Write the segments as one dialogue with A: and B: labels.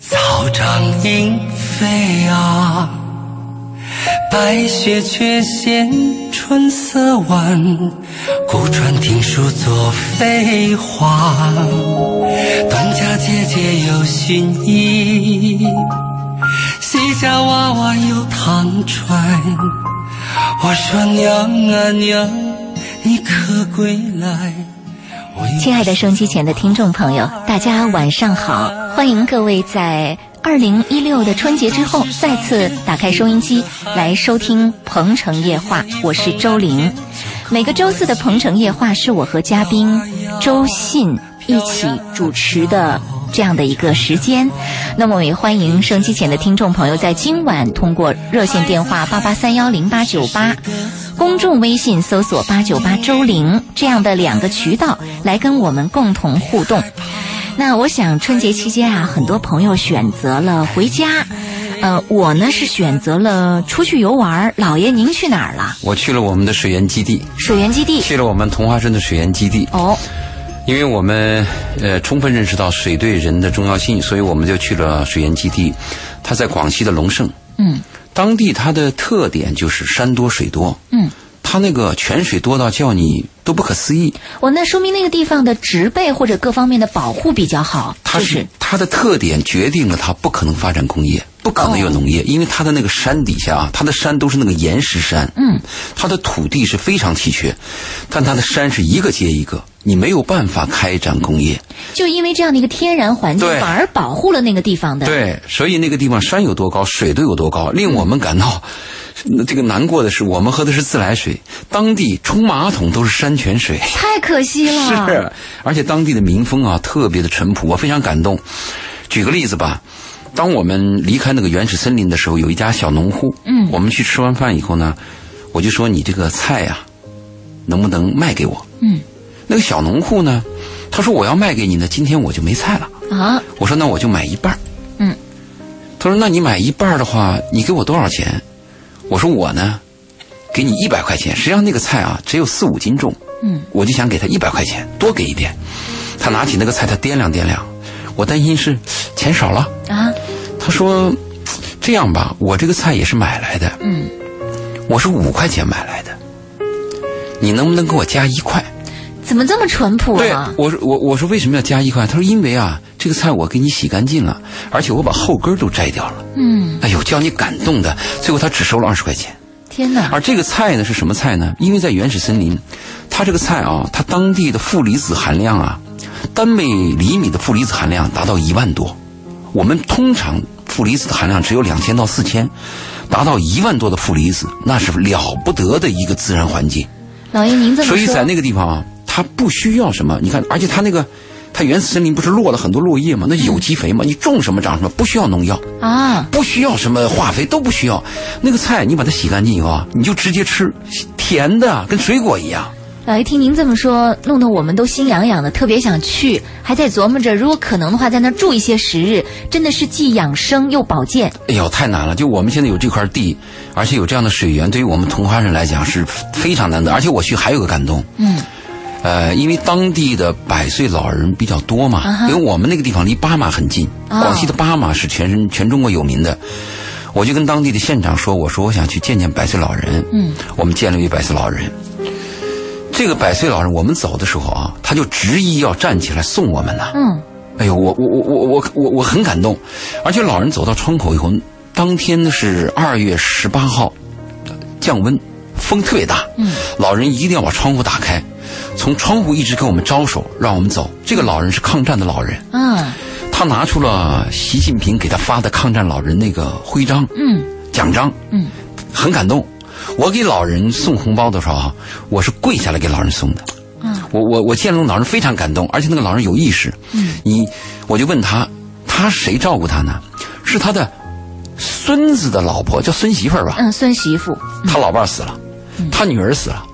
A: 草长莺飞啊，白雪却嫌春色晚。孤船听书作飞花，端茶姐姐有新意，西家娃娃有糖穿。我说娘啊娘，你可归来。
B: 亲爱的收机前的听众朋友，大家晚上好！欢迎各位在二零一六的春节之后再次打开收音机来收听《鹏城夜话》，我是周玲。每个周四的《鹏城夜话》是我和嘉宾周信一起主持的。这样的一个时间，那么也欢迎收机前的听众朋友在今晚通过热线电话八八三幺零八九八，公众微信搜索八九八周玲这样的两个渠道来跟我们共同互动。那我想春节期间啊，很多朋友选择了回家，呃，我呢是选择了出去游玩。老爷，您去哪儿了？
C: 我去了我们的水源基地，
B: 水源基地
C: 去了我们桐花镇的水源基地。
B: 哦。
C: 因为我们呃充分认识到水对人的重要性，所以我们就去了水源基地。它在广西的龙胜，
B: 嗯，
C: 当地它的特点就是山多水多，
B: 嗯，
C: 它那个泉水多到叫你都不可思议。
B: 我那说明那个地方的植被或者各方面的保护比较好，
C: 它
B: 是
C: 它的特点决定了它不可能发展工业，不可能有农
B: 哦
C: 业，因为它的那个山底下啊，它的山都是那个岩石山，
B: 嗯，
C: 它的土地是非常稀缺，但它的山是一个接一个，你没有办法开展工业。
B: 就因为这样的一个天然环境，
C: 对
B: 反而保护了那个地方的。
C: 对，所以那个地方山有多高，水都有多高，令我们感到 呃这个难过的是，我们喝的是自来水，当地冲马桶都是山泉水。
B: 太可惜了。
C: 是，而且当地的民风啊特别的淳朴，我非常感动。举个例子吧，当我们离开那个原始森林的时候，有一家小农户，
B: 嗯
C: 我们去吃完饭以后呢，我就说你这个菜呀、能不能卖给我？
B: 嗯
C: 那个小农户呢，他说我要卖给你呢，今天我就没菜了。
B: 啊，
C: 我说那我就买一半儿
B: 嗯，
C: 他说那你买一半儿的话，你给我多少钱？我说我呢，给你一百块钱。实际上那个菜啊只有四五斤重，
B: 嗯，
C: 我就想给他一百块钱，多给一点。他拿起那个菜，他掂量掂量，我担心是钱少了。
B: 啊，
C: 他说这样吧，我这个菜也是买来的，
B: 嗯，
C: 我是五块钱买来的，你能不能给我加一块？
B: 怎么这么淳朴
C: 对
B: 啊，？
C: 我说我我说为什么要加一块？他说因为啊，这个菜我给你洗干净了，而且我把后根儿都摘掉了。
B: 嗯，
C: 哎呦，叫你感动的，最后他只收了二十块钱。
B: 天哪，
C: 而这个菜呢是什么菜呢？因为在原始森林，它这个菜啊，它当地的负离子含量啊，单每厘米的负离子含量达到一万多。我们通常负离子的含量只有两千到四千，达到一万多的负离子，那是了不得的一个自然环境。
B: 老爷您这么
C: 所以在
B: 说，
C: 那个地方啊，它不需要什么，你看，而且它那个，它原始森林不是落了很多落叶吗？那有机肥嘛，你种什么长什么，不需要农药，
B: 啊，
C: 不需要什么化肥，都不需要。那个菜你把它洗干净以后啊，你就直接吃，甜的啊跟水果一样。
B: 老爷听您这么说，弄得我们都心痒痒的，特别想去，还在琢磨着，如果可能的话，在那儿住一些时日，真的是既养生又保健。
C: 哎呦，太难了！就我们现在有这块地，而且有这样的水源，对于我们桐花人来讲是非常难得。而且我去还有个感动，
B: 嗯，
C: 呃，因为当地的百岁老人比较多嘛，
B: 啊哈
C: 因为我们那个地方离巴马很近，
B: 哦
C: 广西的巴马是全身全中国有名的。我就跟当地的县长说，我说我想去见见百岁老人。
B: 嗯，
C: 我们见了一位百岁老人。这个百岁老人，我们走的时候啊，他就执意要站起来送我们呐。
B: 嗯，
C: 哎呦，我我我我我我我很感动，而且老人走到窗口以后，当天呢是二月十八号，降温，风特别大。
B: 嗯，
C: 老人一定要把窗户打开，从窗户一直跟我们招手，让我们走。这个老人是抗战的老人，
B: 啊，
C: 他拿出了习近平给他发的抗战老人那个徽章、
B: 嗯
C: 奖章，
B: 嗯，
C: 很感动。我给老人送红包的时候啊，我是跪下来给老人送的。
B: 啊，
C: 我我我见了那老人非常感动，而且那个老人有意识。
B: 嗯，
C: 你我就问他，他谁照顾他呢？是他的孙子的老婆，叫孙媳妇儿吧？
B: 嗯，孙媳妇，
C: 他老伴儿死了，他女儿死了，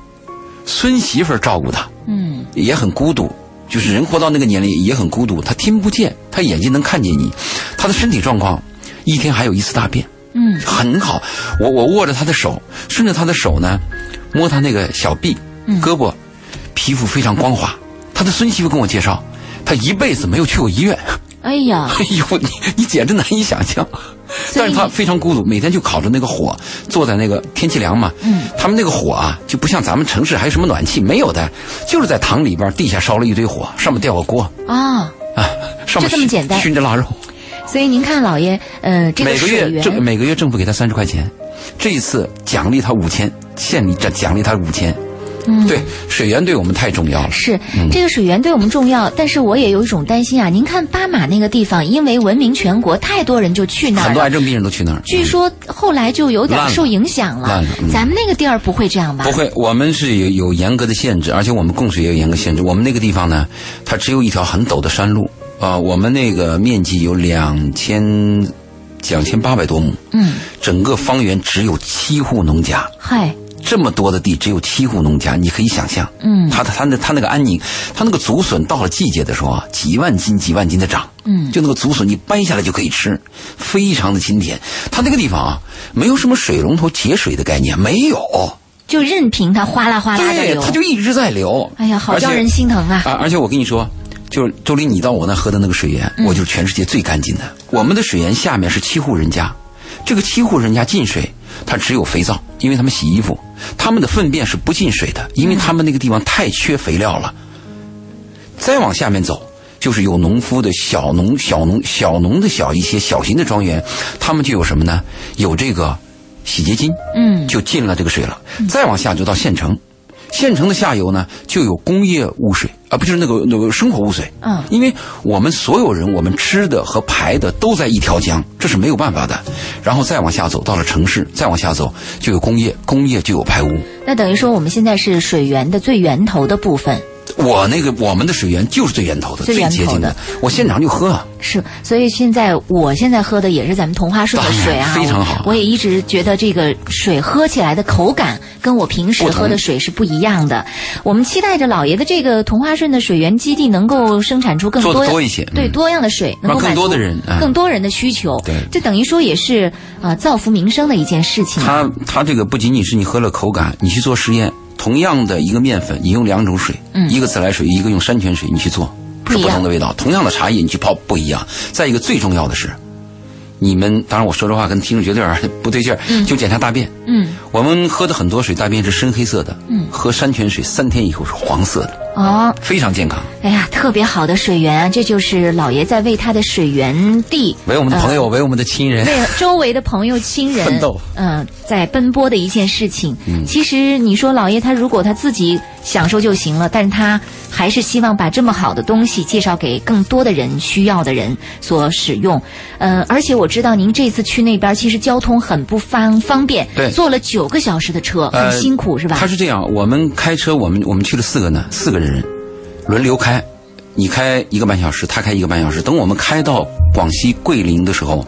C: 孙媳妇儿照顾他，
B: 嗯
C: 也很孤独。就是人活到那个年龄也很孤独，他听不见，他眼睛能看见你，他的身体状况，一天还有一次大便，
B: 嗯
C: 很好。我我握着他的手，顺着他的手呢，摸他那个小臂、胳膊，皮肤非常光滑。他的孙媳妇跟我介绍，他一辈子没有去过医院，
B: 哎呀，
C: 哎呦，你你简直难以想象。但是他非常孤独，每天就烤着那个火，坐在那个天气凉嘛。
B: 嗯，
C: 他们那个火啊，就不像咱们城市还有什么暖气，没有的，就是在塘里边地下烧了一堆火，上面吊个锅
B: 啊、
C: 啊，上面
B: 就这么简单
C: 熏着腊肉。
B: 所以您看老爷，呃，这个
C: 每个
B: 水
C: 月
B: 源
C: 政每个月政府给他三十块钱，这一次奖励他五千，县里奖奖励他五千。嗯，对，水源对我们太重要了。
B: 是
C: 嗯
B: 这个水源对我们重要，但是我也有一种担心啊。您看巴马那个地方，因为闻名全国，太多人就去那
C: 很
B: 儿
C: 多
B: 了。
C: 癌症病人都去那儿。嗯
B: 据说后来就有点
C: 烂了
B: 受影响了。
C: 烂了嗯
B: 咱们那个地儿不会这样吧
C: 不？会，我们是有有严格的限制，而且我们供水也有严格限制。我们那个地方呢，它只有一条很陡的山路啊、呃我们那个面积有两千两千八百多亩，
B: 嗯，
C: 整个方圆只有七户农家，
B: 嗨，
C: 这么多的地只有七户农家，你可以想象，
B: 嗯
C: 它它那它那个安宁，它那个竹笋到了季节的时候啊，几万斤几万斤的长，
B: 嗯
C: 就那个竹笋你掰下来就可以吃，非常的清甜。它那个地方啊，没有什么水龙头节水的概念，没有。
B: 就任凭它哗啦哗啦的
C: 对，
B: 流
C: 哎它。就一直在流。
B: 哎呀，好
C: 而且
B: 叫人心疼啊！
C: 啊！而且我跟你说，就是周林，你到我那喝的那个水源，
B: 嗯
C: 我就是全世界最干净的。我们的水源下面是七户人家，这个七户人家进水，它只有肥皂，因为他们洗衣服，他们的粪便是不进水的，
B: 嗯
C: 因为他们那个地方太缺肥料了。再往下面走。就是有农夫的小农、小农、小农的小一些小型的庄园，他们就有什么呢？有这个洗洁精，
B: 嗯
C: 就进了这个水了。再往下就到县城，县城的下游呢就有工业污水啊，不就是那个那个生活污水。
B: 嗯
C: 因为我们所有人，我们吃的和排的都在一条江，这是没有办法的。然后再往下走，到了城市，再往下走就有工业，工业就有排污。
B: 那等于说我们现在是水源的最源头的部分，
C: 我那个我们的水源就是最源头的，
B: 最源头
C: 接近
B: 的，
C: 我现场就喝啊。
B: 是。所以现在我现在喝的也是咱们同花顺的水啊，
C: 当然非常好
B: 我。我也一直觉得这个水喝起来的口感跟我平时
C: 不同
B: 喝的水是不一样的。我们期待着老爷的这个同花顺的水源基地能够生产出更
C: 做得
B: 多样
C: 多一些嗯
B: 对多样的水，能
C: 让
B: 够满
C: 更
B: 足
C: 多的人嗯
B: 更多人的需求。
C: 对
B: 这等于说也是啊造福民生的一件事情。
C: 它它这个不仅仅是你喝了口感，你去做实验，同样的一个面粉，你用两种水，
B: 嗯
C: 一个自来水，一个用山泉水，你去做
B: 不
C: 是
B: 一样
C: 不同的味道，同样的茶叶你去泡不一样。再一个最重要的是，你们当然我说这话跟听众觉得有点不对劲儿， 就检查大便。
B: 嗯，
C: 我们喝的很多水，大便是深黑色的，嗯，喝山泉水三天以后是黄色的，
B: 哦，
C: 非常健康。
B: 哎呀，特别好的水源啊，这就是老爷在为他的水源地呃
C: 为我们的朋友，为我们的 亲人，
B: 为周围的朋友、亲人
C: 奋斗，嗯
B: 嗯、在奔波的一件事情。其实你说老爷他如果他自己享受就行了，但是他还是希望把这么好的东西介绍给更多的人、需要的人所使用。嗯、而且我知道您这次去那边其实交通很不方方便，
C: 对
B: 坐了九个小时的车，
C: 呃
B: 很辛苦、是吧
C: 他？是这样，我们开车，我们我们去了四个呢，四个人轮流开，你开一个半小时，他开一个半小时。等我们开到广西桂林的时候，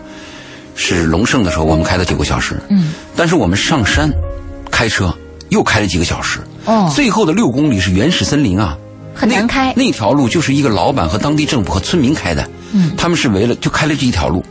C: 是龙胜的时候，我们开了九个小时。
B: 嗯，
C: 但是我们上山开车又开了几个小时。
B: 哦，
C: 最后的六公里是原始森林啊，
B: 很难开
C: 那。那条路就是一个老板和当地政府和村民开的，
B: 嗯
C: 他们是围了就开了这一条路，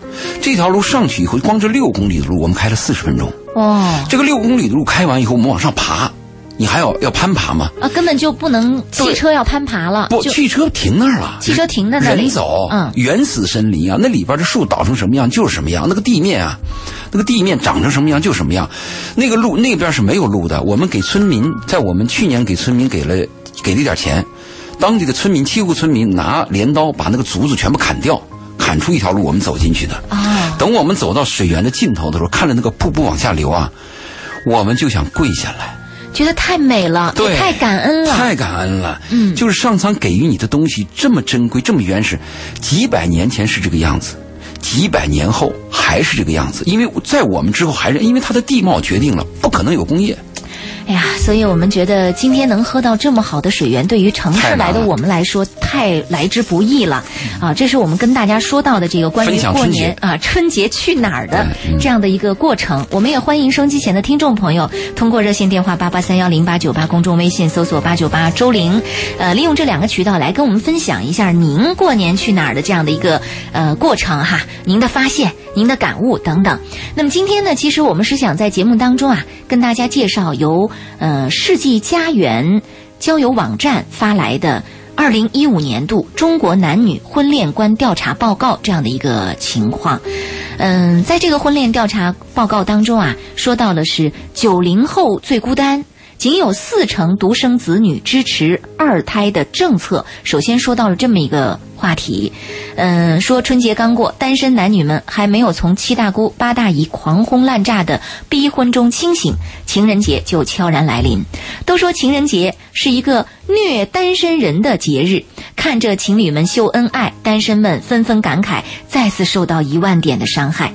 C: 这条路上去以后，光这六公里的路，我们开了四十分钟。
B: 哦。
C: 这个六公里的路开完以后，我们往上爬，你还要要攀爬吗？
B: 啊，根本就不能汽车要攀爬了，
C: 不，
B: 就
C: 汽车停那儿了，
B: 汽车停在那里
C: 人走，
B: 嗯
C: 原始森林啊，那里边的树倒成什么样就是什么样，那个地面啊，那个地面长成什么样就是什么样，那个路那边是没有路的。我们给村民，在我们去年给村民给了给了一点钱，当地的村民七户村民拿镰刀把那个竹子全部砍掉，砍出一条路我们走进去的。
B: 哦，
C: 等我们走到水源的尽头的时候，看着那个瀑布往下流啊，我们就想跪下来。
B: 觉得太美了，
C: 对
B: 也太感恩了，
C: 太感恩了。
B: 嗯
C: 就是上苍给予你的东西这么珍贵，这么原始，几百年前是这个样子，几百年后还是这个样子。因为在我们之后还是因为它的地貌决定了，不可能有工业。
B: 哎呀，所以我们觉得今天能喝到这么好的水源，对于城市
C: 太难
B: 来
C: 了
B: 的我们来说太来之不易了啊！这是我们跟大家说到的这个关于
C: 分享
B: 过
C: 春节
B: 年啊春节去哪儿的
C: 对嗯
B: 这样的一个过程。我们也欢迎收音机前的听众朋友通过热线电话八八三幺零八九八，公众微信搜索八九八周玲，呃，利用这两个渠道来跟我们分享一下您过年去哪儿的这样的一个呃过程哈，您的发现、您的感悟等等。那么今天呢，其实我们是想在节目当中啊，跟大家介绍由呃世纪佳缘交友网站发来的。二零一五年度中国男女婚恋观调查报告这样的一个情况。嗯，在这个婚恋调查报告当中啊，说到了是九零后最孤单。仅有四成独生子女支持二胎的政策。首先说到了这么一个话题，嗯，说春节刚过，单身男女们还没有从七大姑八大姨狂轰滥炸的逼婚中清醒，情人节就悄然来临。都说情人节是一个虐单身人的节日，看着情侣们秀恩爱，单身们纷纷感慨，再次受到一万点的伤害。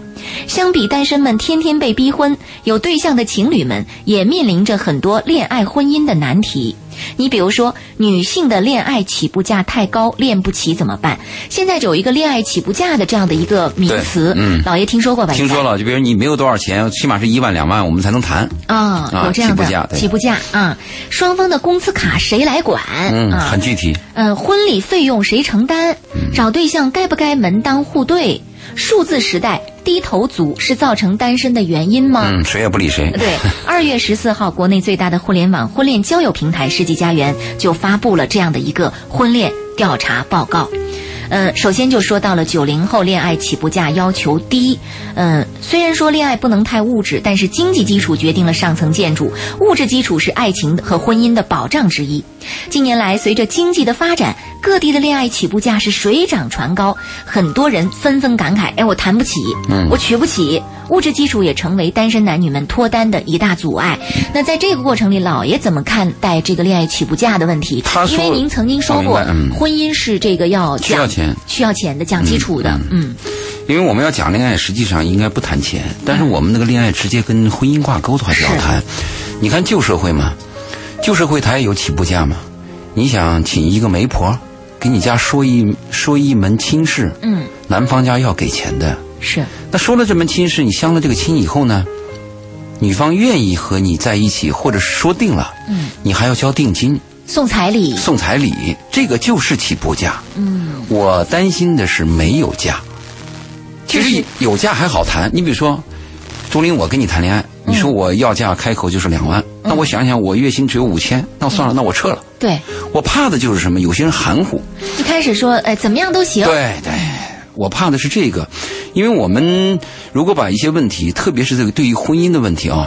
B: 相比单身们天天被逼婚，有对象的情侣们也面临着很多恋爱婚姻的难题。你比如说，女性的恋爱起步价太高，恋不起怎么办？现在有一个“恋爱起步价”的这样的一个名词，
C: 对嗯
B: 老爷听说过吧？
C: 听说了，就比如你没有多少钱，起码是一万两万，我们才能谈。
B: 啊、
C: 啊
B: 有这样的
C: 起步价对
B: 起步价啊、双方的工资卡谁来管？
C: 嗯，
B: 啊、
C: 很具嗯体。
B: 呃，婚礼费用谁承担？找对象该不该门当户对？数字时代低头族是造成单身的原因吗？
C: 嗯，谁也不理谁。
B: 对，二月十四号，国内最大的互联网婚恋交友平台世纪佳缘就发布了这样的一个婚恋调查报告。呃，首先就说到了九零后恋爱起步价要求低。嗯、虽然说恋爱不能太物质，但是经济基础决定了上层建筑，物质基础是爱情和婚姻的保障之一。近年来，随着经济的发展，各地的恋爱起步价是水涨船高，很多人纷纷感慨：“哎，我谈不起，
C: 嗯
B: 我娶不起。”物质基础也成为单身男女们脱单的一大阻碍。那在这个过程里，老爷怎么看待这个恋爱起步价的问题
C: 他？
B: 因
C: 说
B: 为您曾经说
C: 我明
B: 过
C: 白，嗯
B: 婚姻是这个要
C: 需要
B: 讲
C: 钱
B: 需要钱的，讲基础的，嗯，
C: 因为我们要讲恋爱，实际上应该不谈钱，但是我们那个恋爱直接跟婚姻挂钩的话就要谈。你看旧社会嘛，旧社会它也有起步价嘛。你想请一个媒婆，给你家说一说一门亲事，
B: 嗯，
C: 男方家要给钱的。
B: 是，
C: 那说了这门亲事，你相了这个亲以后呢，女方愿意和你在一起，或者是说定了，
B: 嗯，
C: 你还要交定金，
B: 送彩礼，
C: 送彩礼，这个就是起步价。
B: 嗯，
C: 我担心的是没有价。其
B: 就
C: 实
B: 是
C: 有价还好谈，你比如说，朱玲，我跟你谈恋爱，
B: 嗯
C: 你说我要价开口就是两万，那我想想我月薪只有五千，那算
B: 嗯
C: 了，那我撤了。
B: 对，
C: 我怕的就是什么？有些人含糊，
B: 一开始说，哎，怎么样都行，
C: 对对，我怕的是这个，因为我们如果把一些问题，特别是这个对于婚姻的问题啊，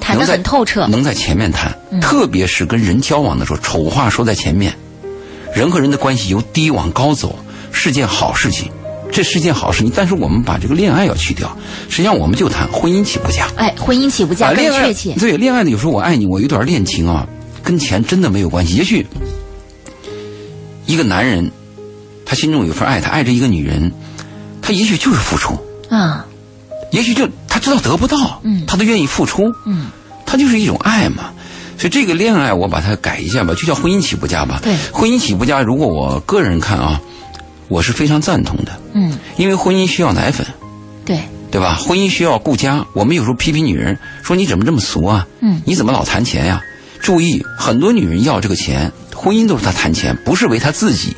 B: 谈得
C: 能在
B: 很透彻，嗯
C: 能在前面谈，特别是跟人交往的时候，丑话说在前面，人和人的关系由低往高走是件好事情，这是件好事情。但是我们把这个恋爱要去掉，实际上我们就谈婚姻起步价，
B: 哎，婚姻起步
C: 啊，
B: 价更
C: 恋爱
B: 确切，
C: 对恋爱的有时候我爱你，我有点恋情啊，跟钱真的没有关系。也许一个男人他心中有份爱，他爱着一个女人，他也许就是付出，
B: 啊，
C: 也许就他知道得不到，
B: 嗯
C: 他都愿意付出，
B: 嗯，
C: 他就是一种爱嘛。所以这个恋爱我把它改一下吧，就叫婚姻起步价吧。
B: 对
C: 婚姻起步价，如果我个人看啊，我是非常赞同的，
B: 嗯，
C: 因为婚姻需要奶粉，
B: 对，
C: 对吧？婚姻需要顾家。我们有时候批评女人说你怎么这么俗啊？
B: 嗯
C: 你怎么老谈钱呀、注意，很多女人要这个钱，婚姻都是她谈钱，不是为她自己。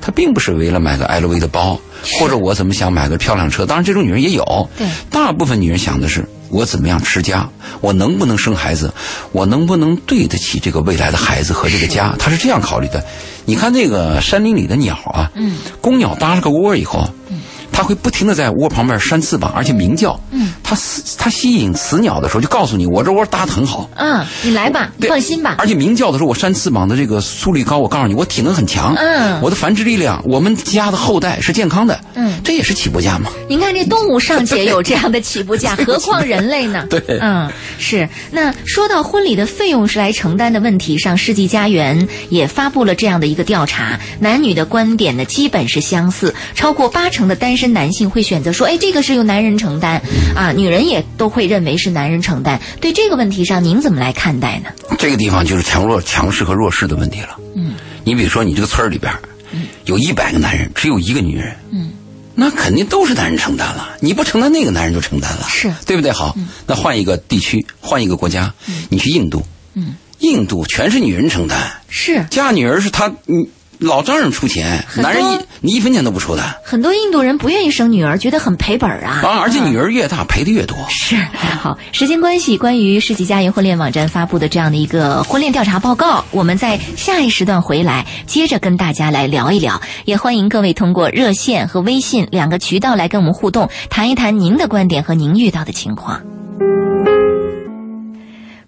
C: 她并不是为了买个 LV 的包，或者我怎么想买个漂亮车。当然，这种女人也有。
B: 对
C: 大部分女人想的是我怎么样持家，我能不能生孩子，我能不能对得起这个未来的孩子和这个家，她是这样考虑的。你看那个山林里的鸟啊，
B: 嗯，
C: 公鸟搭了个窝以后，嗯，它会不停的在窝旁边扇翅膀，而且鸣叫。
B: 嗯，
C: 它吸它吸引雌鸟的时候，就告诉你我这窝搭得很好。
B: 啊，你来吧，你
C: 对
B: 放心吧，
C: 而且鸣叫的时候，我扇翅膀的这个速率高，我告诉你，我体能很强。
B: 嗯
C: 我的繁殖力量，我们家的后代是健康的。
B: 嗯
C: 这也是起步价嘛。
B: 您看这动物尚且有这样的起步价， 何况人类呢？
C: 对
B: 嗯，是。那说到婚礼的费用是来承担的问题上，世纪佳缘也发布了这样的一个调查，男女的观点呢基本是相似，超过八成的单身男性会选择说，哎，这个是由男人承担啊，女人也都会认为是男人承担。对这个问题上，您怎么来看待呢？
C: 这个地方就是强弱强势和弱势的问题了。嗯，你比如说，你这个村儿里边儿，
B: 嗯
C: 有一百个男人，只有一个女人。嗯，那肯定都是男人承担了。你不承担那个男人就承担了，
B: 是嗯
C: 对不对？好，那换一个地区，换一个国家，
B: 嗯
C: 你去印度，嗯，印度全是女人承担，
B: 是
C: 嫁女儿是她，你嗯老丈人出钱，
B: 很多
C: 男人一你一分钱都不出的
B: 很多印度人不愿意生女儿，觉得很赔本儿啊。
C: 啊！而且女儿越大赔的越多。
B: 是，好，时间关系，关于世纪佳缘婚恋网站发布的这样的一个婚恋调查报告，我们在下一时段回来，接着跟大家来聊一聊。也欢迎各位通过热线和微信两个渠道来跟我们互动，谈一谈您的观点和您遇到的情况。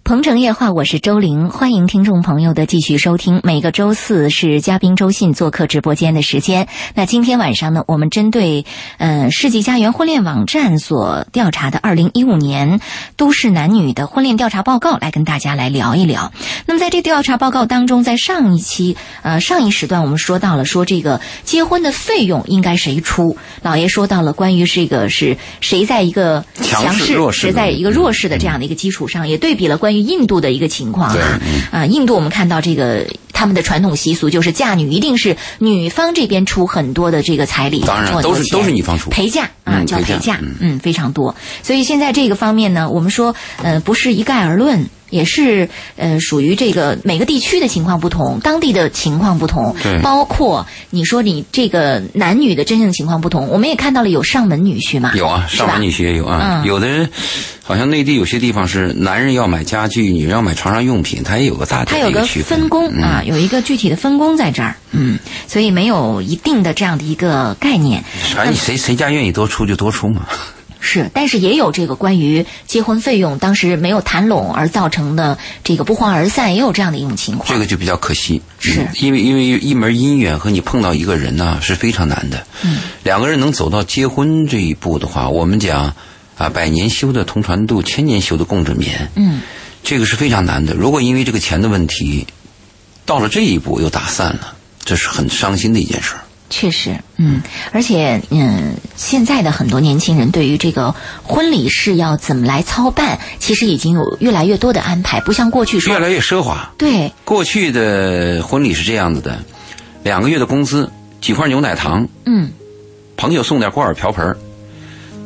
B: 鹏城夜话，我是周玲，欢迎听众朋友的继续收听。每个周四是嘉宾周信做客直播间的时间。那今天晚上呢，我们针对呃世纪佳缘婚恋网站所调查的二零一五年都市男女的婚恋调查报告，来跟大家来聊一聊。那么在这调查报告当中，在上一期呃上一时段我们说到了说这个结婚的费用应该谁出，老爷说到了关于这个是谁在一个
C: 强
B: 强
C: 势
B: 势
C: 弱势
B: 谁
C: 的
B: 在一个弱势的这样的一个基础上，也对比了关于印度的一个情况啊。
C: 嗯
B: 啊，印度我们看到这个他们的传统习俗就是嫁女一定是女方这边出很多的这个彩礼，
C: 当
B: 出
C: 然
B: 很
C: 都
B: 多
C: 是
B: 钱
C: 都是女方出，
B: 陪嫁啊，
C: 嗯
B: 叫陪
C: 陪
B: 嫁
C: 嫁，
B: 嗯，非常多。所以现在这个方面呢，我们说，呃，不是一概而论，也是呃，属于这个每个地区的情况不同，当地的情况不同，
C: 对
B: 包括你说你这个男女的真正情况不同，我们也看到了有上门女婿嘛，
C: 有啊，
B: 是吧
C: 上门女婿也有啊。
B: 嗯
C: 有的人好像内地有些地方是男人要买家具，女人要买床上用品，他也有个大体
B: 它
C: 的
B: 有
C: 一个
B: 个
C: 区嗯
B: 分工啊，有一个具体的分工在这儿，嗯，所以没有一定的这样的一个概念。
C: 反正你哎谁谁家愿意多出就多 出嘛。
B: 是，但是也有这个关于结婚费用当时没有谈拢而造成的这个不欢而散，也有这样的一种情况。
C: 这个就比较可惜，
B: 是
C: 嗯因为因为一门姻缘和你碰到一个人呢、是非常难的。嗯，两个人能走到结婚这一步的话，我们讲啊，百年修的同船渡，千年修的共枕眠。
B: 嗯，
C: 这个是非常难的。如果因为这个钱的问题，到了这一步又打散了，这是很伤心的一件事儿。
B: 确实，嗯，而且嗯，现在的很多年轻人对于这个婚礼是要怎么来操办，其实已经有越来越多的安排，不像过去说
C: 越来越奢华。
B: 对
C: 过去的婚礼是这样子的：两个月的工资，几块牛奶糖，
B: 嗯
C: 朋友送点锅碗瓢盆儿，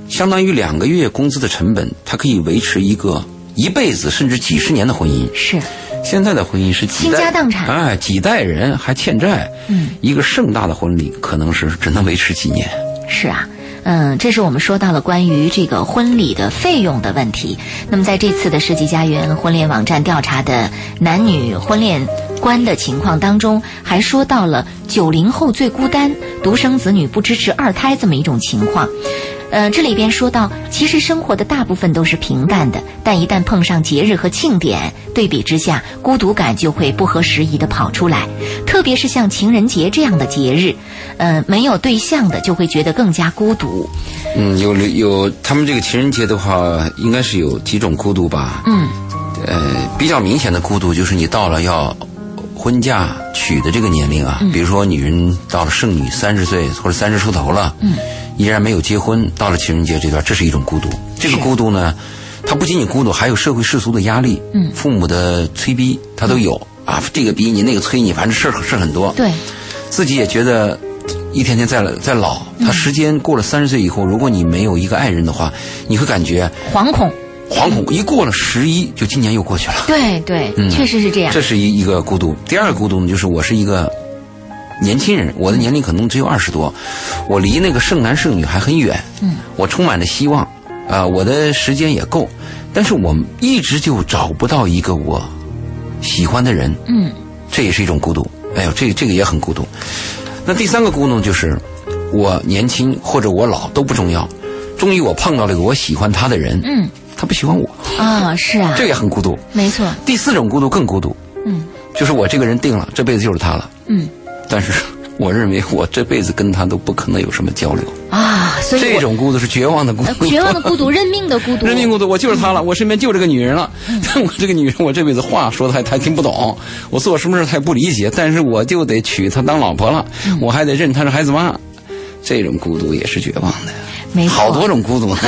C: 相当于两个月工资的成本，它可以维持一个一辈子甚至几十年的婚姻。
B: 是
C: 现在的婚姻是几代
B: 倾家荡产
C: 哎，几代人还欠债。
B: 嗯，
C: 一个盛大的婚礼可能是只能维持几年。
B: 是啊。嗯，这是我们说到了关于这个婚礼的费用的问题。那么在这次的世纪佳缘婚恋网站调查的男女婚恋观的情况当中，还说到了九零后最孤单，独生子女不支持二胎这么一种情况。呃，这里边说到，其实生活的大部分都是平淡的，但一旦碰上节日和庆典，对比之下，孤独感就会不合时宜的跑出来。特别是像情人节这样的节日，呃，没有对象的就会觉得更加孤独。
C: 嗯，有有，他们这个情人节的话，应该是有几种孤独吧？
B: 嗯，
C: 呃，比较明显的孤独就是你到了要婚嫁娶的这个年龄啊，
B: 嗯
C: 比如说女人到了剩女三十岁或者三十出头了，嗯，依然没有结婚，到了情人节这段，这是一种孤独。这个
B: 是
C: 孤独呢，它不仅仅孤独，还有社会世俗的压力，
B: 嗯
C: 父母的催逼，他都有、啊，这个逼你，那个催你，反正事儿事儿很多，
B: 对，
C: 自己也觉得一天天在在老。
B: 嗯
C: 他时间过了三十岁以后，如果你没有一个爱人的话，你会感觉
B: 惶恐，
C: 惶恐。一过了十一，就今年又过去了。
B: 对对，
C: 嗯
B: 确实是这样
C: 这。是一一个孤独。第二个孤独呢，就是我是一个年轻人，我的年龄可能只有二十多，我离那个剩男剩女还很远。嗯，我充满了希望，啊、我的时间也够，但是我一直就找不到一个我喜欢的人。
B: 嗯，
C: 这也是一种孤独。哎呦，这这个也很孤独。那第三个孤独就是，我年轻或者我老都不重要，终于我碰到了一个我喜欢他的人。
B: 嗯，
C: 他不喜欢我，
B: 啊、是啊
C: 这，个也很孤独。
B: 没错，
C: 第四种孤独更孤独，
B: 嗯
C: 就是我这个人定了，这辈子就是他了。
B: 嗯
C: 但是我认为我这辈子跟他都不可能有什么交流。
B: 啊，所以
C: 这
B: 我
C: 种孤独是绝望的孤
B: 呃
C: 独，
B: 绝望的嗯孤独，认命的孤独，
C: 人民孤独，我就是他了，我身边就这个女人了。
B: 嗯
C: 但 我这个女人，我这辈子话说的还还听不懂，我做什么事她也不理解，但是我就得娶她当老婆了，
B: 嗯
C: 我还得认她是孩子妈。这种孤独也是绝望的，
B: 没错，
C: 好多种孤独呢。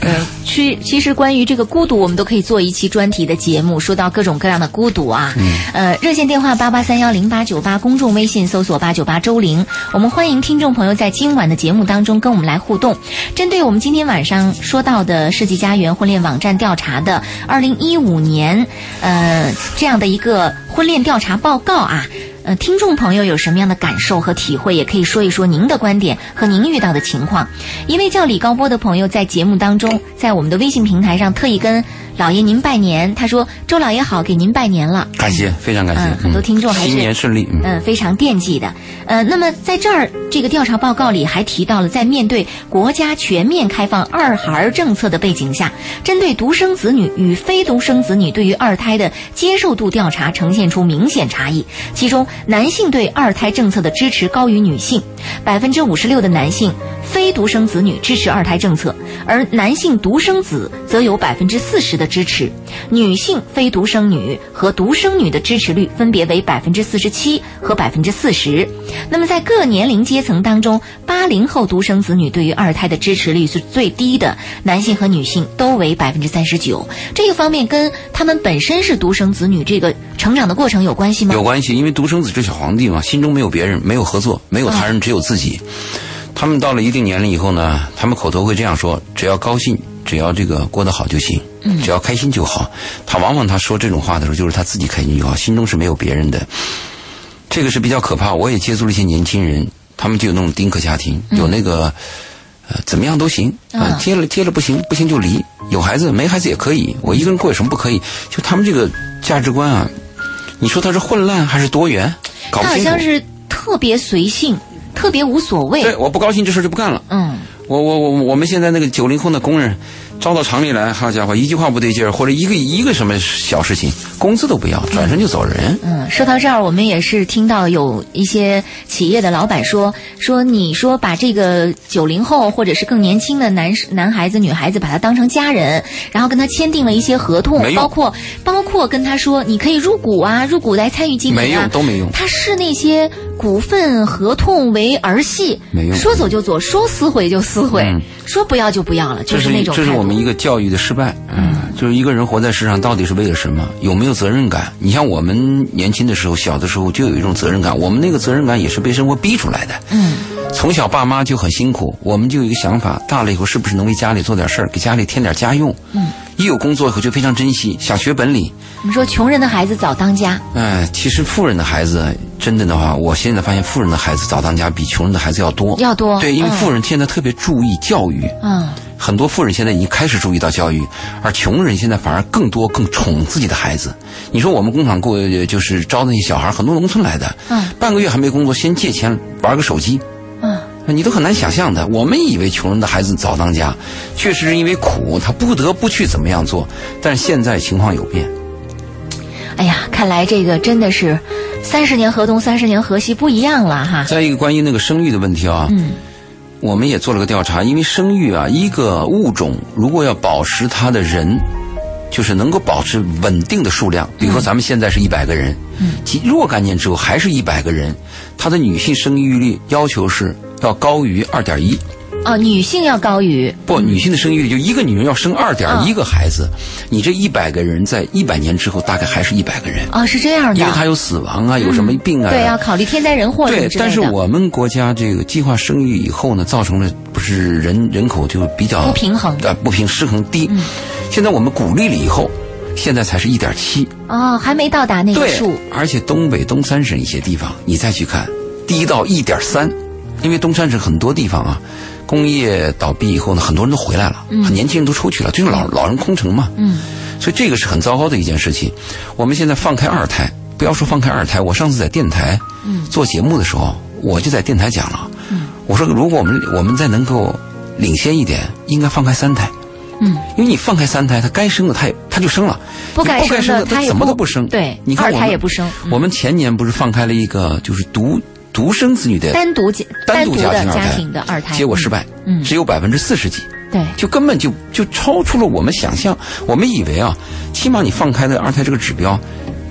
B: 呃，其其实关于这个孤独，我们都可以做一期专题的节目，说到各种各样的孤独啊。呃，热线电话八八三幺零八九八，公众微信搜索八九八周玲。我们欢迎听众朋友在今晚的节目当中跟我们来互动。针对我们今天晚上说到的世纪佳缘婚恋网站调查的二零一五年，呃，这样的一个婚恋调查报告啊。呃，听众朋友有什么样的感受和体会，也可以说一说您的观点和您遇到的情况。一位叫李高波的朋友在节目当中，在我们的微信平台上特意跟老爷您拜年，他说：“周老爷好，给您拜年了。”
C: 感谢，非常感谢
B: 嗯，，很多听众还是
C: 新年顺利，嗯，
B: 嗯，非常惦记的。呃，那么在这儿，这个调查报告里还提到了，在面对国家全面开放二孩政策的背景下，针对独生子女与非独生子女对于二胎的接受度调查呈现出明显差异。其中，男性对二胎政策的支持高于女性，百分之五十六的男性非独生子女支持二胎政策，而男性独生子则有百分之四十的支持，女性非独生女和独生女的支持率分别为百分之四十七和百分之四十。那么在各年龄阶层当中，八零后独生子女对于二胎的支持率是最低的，男性和女性都为百分之三十九。这个方面跟他们本身是独生子女这个成长的过程有关系吗？
C: 有关系，因为独生子是小皇帝嘛，心中没有别人，没有合作，没有他人，只有自己。他们到了一定年龄以后呢，他们口头会这样说：只要高兴，只要这个过得好就行，
B: 嗯
C: 只要开心就好。他往往他说这种话的时候，就是他自己开心就好，心中是没有别人的。这个是比较可怕。我也接触了一些年轻人，他们就有那种丁克家庭，有那个。呃，怎么样都行啊
B: 嗯，
C: 接了接了不行，不行就离，有孩子没孩子也可以，我一个人过有什么不可以？就他们这个价值观啊，你说他是混乱还是多元？搞
B: 他
C: 不
B: 好
C: 清楚
B: 像。是特别随性，特别无所
C: 对，
B: 谓。
C: 我不高兴这事儿就不干了。
B: 嗯，
C: 我我我我们现在那个九零后的工人，招到厂里来，好家伙，一句话不对劲儿，或者一个一个什么小事情，工资都不要，转身就走人。
B: 嗯，说到这儿，我们也是听到有一些企业的老板说说，你说把这个九零后或者是更年轻的男男孩子、女孩子，把他当成家人，然后跟他签订了一些合同
C: 没，用
B: 包括包括跟他说你可以入股啊，入股来参与经营啊，
C: 没用都没用
B: 他视那些股份合同为儿戏，
C: 没用
B: 说走就走，说撕毁就撕毁，说不要就不要了，就
C: 这是
B: 那
C: 一
B: 种
C: 这是
B: 态度
C: 我们一个教育的失败，嗯，就是一个人活在世上到底是为了什么？有没有责任感？你像我们年轻的时候，小的时候就有一种责任感，我们那个责任感也是被生活逼出来的，
B: 嗯，
C: 从小爸妈就很辛苦，我们就有一个想法，大了以后是不是能为家里做点事儿，给家里添点家用？嗯，一有工作以后就非常珍惜，想学本领。
B: 我们说穷人的孩子早当家，
C: 哎，其实富人的孩子，真的的话，我现在发现富人的孩子早当家比穷人的孩子要多，
B: 要多
C: 对，因为
B: 嗯
C: 富人现在特别注意教育，
B: 嗯。
C: 很多富人现在已经开始注意到教育，而穷人现在反而更多更宠自己的孩子。你说我们工厂过呃就是招那些小孩，很多农村来的，
B: 嗯
C: 半个月还没工作，先借钱玩个手机，
B: 嗯，
C: 你都很难想象的。我们以为穷人的孩子早当家，确实是因为苦，他不得不去怎么样做。但是现在情况有变，
B: 哎呀，看来这个真的是三十年河东，三十年河西不一样了哈。
C: 再一个关于那个生育的问题啊，
B: 嗯，
C: 我们也做了个调查，因为生育啊，一个物种如果要保持它的人，就是能够保持稳定的数量，
B: 嗯
C: 比如说咱们现在是一百个人，嗯，几若干年之后还是一百个人，它的女性生育率要求是要高于二点一，
B: 哦，女性要高于
C: 不，女性的生育率就一个女人要生二点
B: 嗯
C: 一个孩子，你这一百个人在一百年之后大概还是一百个人，
B: 哦，是这样
C: 因为
B: 的。
C: 她有死亡啊，有什么病啊，
B: 嗯对，要考虑天灾人祸什么
C: 对
B: 之，类
C: 但
B: 的。
C: 是我们国家这个计划生育以后呢，造成了不是人人口就比较
B: 不平衡嗯
C: 呃，不平失衡低。现在我们鼓励了以后，现在才是一点七，
B: 哦，还没到达那个
C: 对
B: 数，，
C: 而且东北东三省一些地方，你再去看，低到一点三，因为东三省很多地方啊，工业倒闭以后呢，很多人都回来了，很年轻人都出去了，就是老老人空城嘛，
B: 嗯，
C: 所以这个是很糟糕的一件事情。我们现在放开二胎，不要说放开二胎，我上次在电台，嗯，做节目的时候，我就在电台讲了，嗯，我说如果我们我们再能够领先一点，应该放开三胎。
B: 嗯，
C: 因为你放开三胎，他该生的他也他就生了，
B: 不该
C: 你不该
B: 生
C: 生
B: 的他也
C: 怎么
B: 不
C: 都不生。
B: 对
C: 你看
B: 二
C: 我
B: 胎
C: 们
B: 也不生嗯
C: 我们前年不是放开了一个就是独独生子女的
B: 单独家
C: 单独
B: 独的
C: 庭
B: 家
C: 二胎
B: 庭的二胎，
C: 结果失败，
B: 嗯
C: 只有百分之四十几，
B: 嗯。对，
C: 就根本就就超出了我们想象。我们以为啊，起码你放开的二胎这个指标，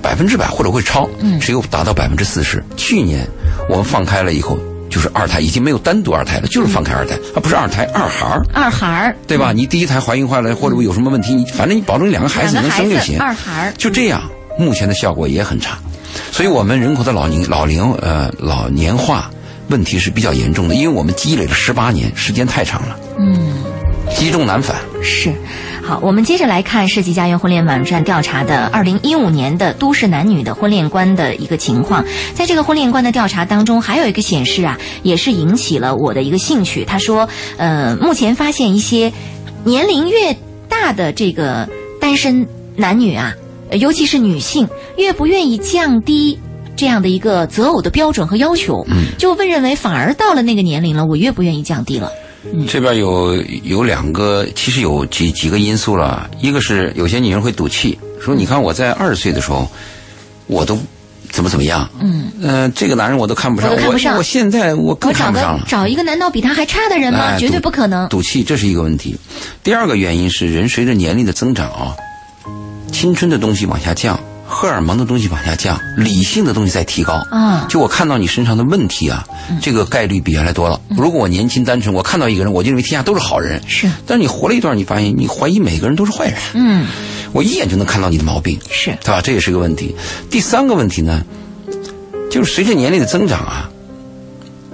C: 百分之百或者会超，
B: 嗯
C: 只有达到百分之四十。去年我们放开了以后，就是二胎已经没有单独二胎了，就是放开二胎，
B: 嗯
C: 啊而不是二胎二孩儿。
B: 二孩儿，
C: 对吧？你第一胎怀孕坏了，或者有什么问题，你反正你保证两个孩
B: 两
C: 子
B: 个
C: 能
B: 孩
C: 生就
B: 子
C: 行，。
B: 二孩儿，
C: 就这样，目前的效果也很差。所以我们人口的老龄老龄呃老年化问题是比较严重的，因为我们积累了十八年，时间太长了。
B: 嗯。
C: 积重难返。
B: 是，好，我们接着来看世纪佳缘婚恋网站调查的二零一五年的都市男女的婚恋观的一个情况。在这个婚恋观的调查当中，还有一个显示啊，也是引起了我的一个兴趣。他说，呃，目前发现一些年龄越大的这个单身男女啊，呃尤其是女性，越不愿意降低。这样的一个择偶的标准和要求，就会认为反而到了那个年龄了，我越不愿意降低了。
C: 这边有有两个，其实有几几个因素了。一个是有些女人会赌气，
B: 嗯
C: 说你看我在二十岁的时候，我都怎么怎么样，嗯，呃，这个男人我都看不上，
B: 我都看不上
C: 我现在我更
B: 我找
C: 看不上
B: 个
C: 了。
B: 找一个难道比他还差的人吗？
C: 哎
B: 绝对不可能。
C: 赌气这是一个问题。第二个原因是人随着年龄的增长啊，青春的东西往下降，荷尔蒙的东西往下降，理性的东西在提高。
B: 啊嗯
C: 就我看到你身上的问题啊，这个概率比原来多了。如果我年轻单纯，我看到一个人，我就认为天下都是好人。
B: 是
C: 但是你活了一段，你发现你怀疑每个人都是坏人。
B: 嗯，
C: 我一眼就能看到你的毛病，
B: 是
C: 对吧？这也是个问题。第三个问题呢，就是随着年龄的增长啊，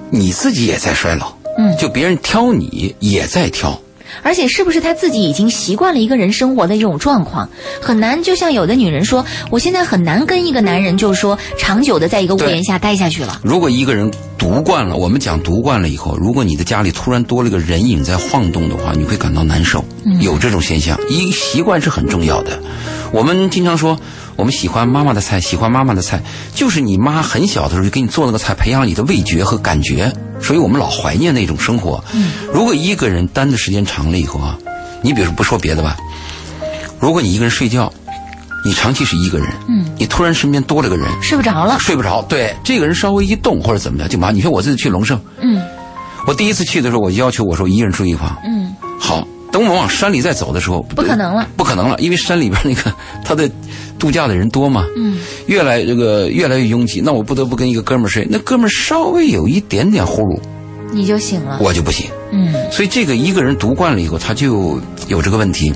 C: 你自己也在衰老，嗯，就别人挑你也在挑，
B: 而且是不是他自己已经习惯了一个人生活的这种状况，很难。就像有的女人说，我现在很难跟一个男人，就是说长久的在一个屋
C: 对
B: 檐下待下去了。
C: 如果一个人独惯了，我们讲独惯了以后，如果你的家里突然多了一个人影在晃动的话，你会感到难受。有这种现象，一习惯是很重要的。我们经常说，我们喜欢妈妈的菜，喜欢妈妈的菜，就是你妈很小的时候就给你做那个菜，培养你的味觉和感觉，所以我们老怀念那种生活。如果一个人单的时间长了以后啊，你比如说不说别的吧，如果你一个人睡觉，你长期是一个人，你突然身边多了个人，
B: 睡不着了，
C: 睡不着。对，这个人稍微一动或者怎么样就麻烦。你说我这次去龙胜，
B: 嗯，
C: 我第一次去的时候，我就要求我说一个人住一房，
B: 嗯，
C: 好。等我们往山里再走的时候，不
B: 不可能了，
C: 不可能了，因为山里边那个他的度假的人多嘛，嗯，越来这个越来越拥挤，那我不得不跟一个哥们儿睡，那哥们儿稍微有一点点呼噜，
B: 你就醒了。
C: 我就不行，
B: 嗯，
C: 所以这个一个人独惯了以后，他就有这个问题。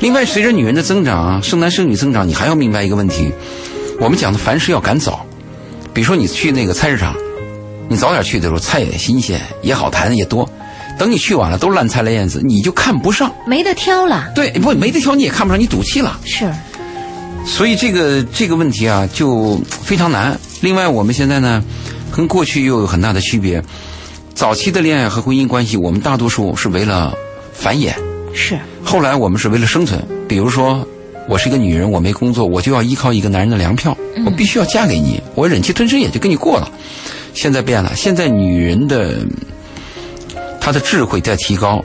C: 另外，随着女人的增长啊，剩男剩女增长，你还要明白一个问题：我们讲的凡事要赶早。比如说你去那个菜市场，你早点去的时候，菜也新鲜，也好谈，也多。等你去晚了，都烂菜烂燕子，你就看不上。
B: 没得挑了，
C: 对，不没得挑，你也看不上，你赌气了。
B: 是
C: 所以这个这个问题啊，就非常难。另外，我们现在呢，跟过去又有很大的区别。早期的恋爱和婚姻关系，我们大多数是为了繁衍；
B: 是，
C: 后来我们是为了生存。比如说，我是一个女人，我没工作，我就要依靠一个男人的粮票，
B: 嗯
C: 我必须要嫁给你，我忍气吞声也就跟你过了。现在变了，现在女人的她的智慧在提高。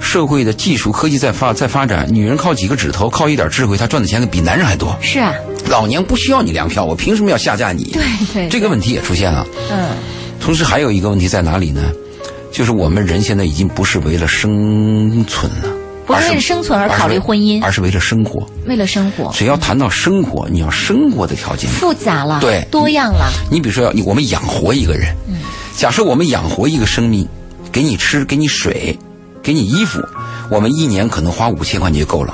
C: 社会的技术科技在发在发展，女人靠几个指头，靠一点智慧，她赚的钱比男人还多。
B: 是啊，
C: 老娘不需要你粮票，我凭什么要下嫁你？
B: 对对，
C: 这个问题也出现了。
B: 嗯，
C: 同时还有一个问题在哪里呢？就是我们人现在已经不是为了生存了，
B: 不是为了生存而考虑婚姻
C: 而是为了生活。
B: 为了生活
C: 只要谈到生活，你要生活的条件，
B: 复杂了，
C: 对
B: 多样了，
C: 你比如说要你我们养活一个人，
B: 嗯
C: 假设我们养活一个生命，给你吃，给你水，给你衣服，我们一年可能花五千块钱就够了，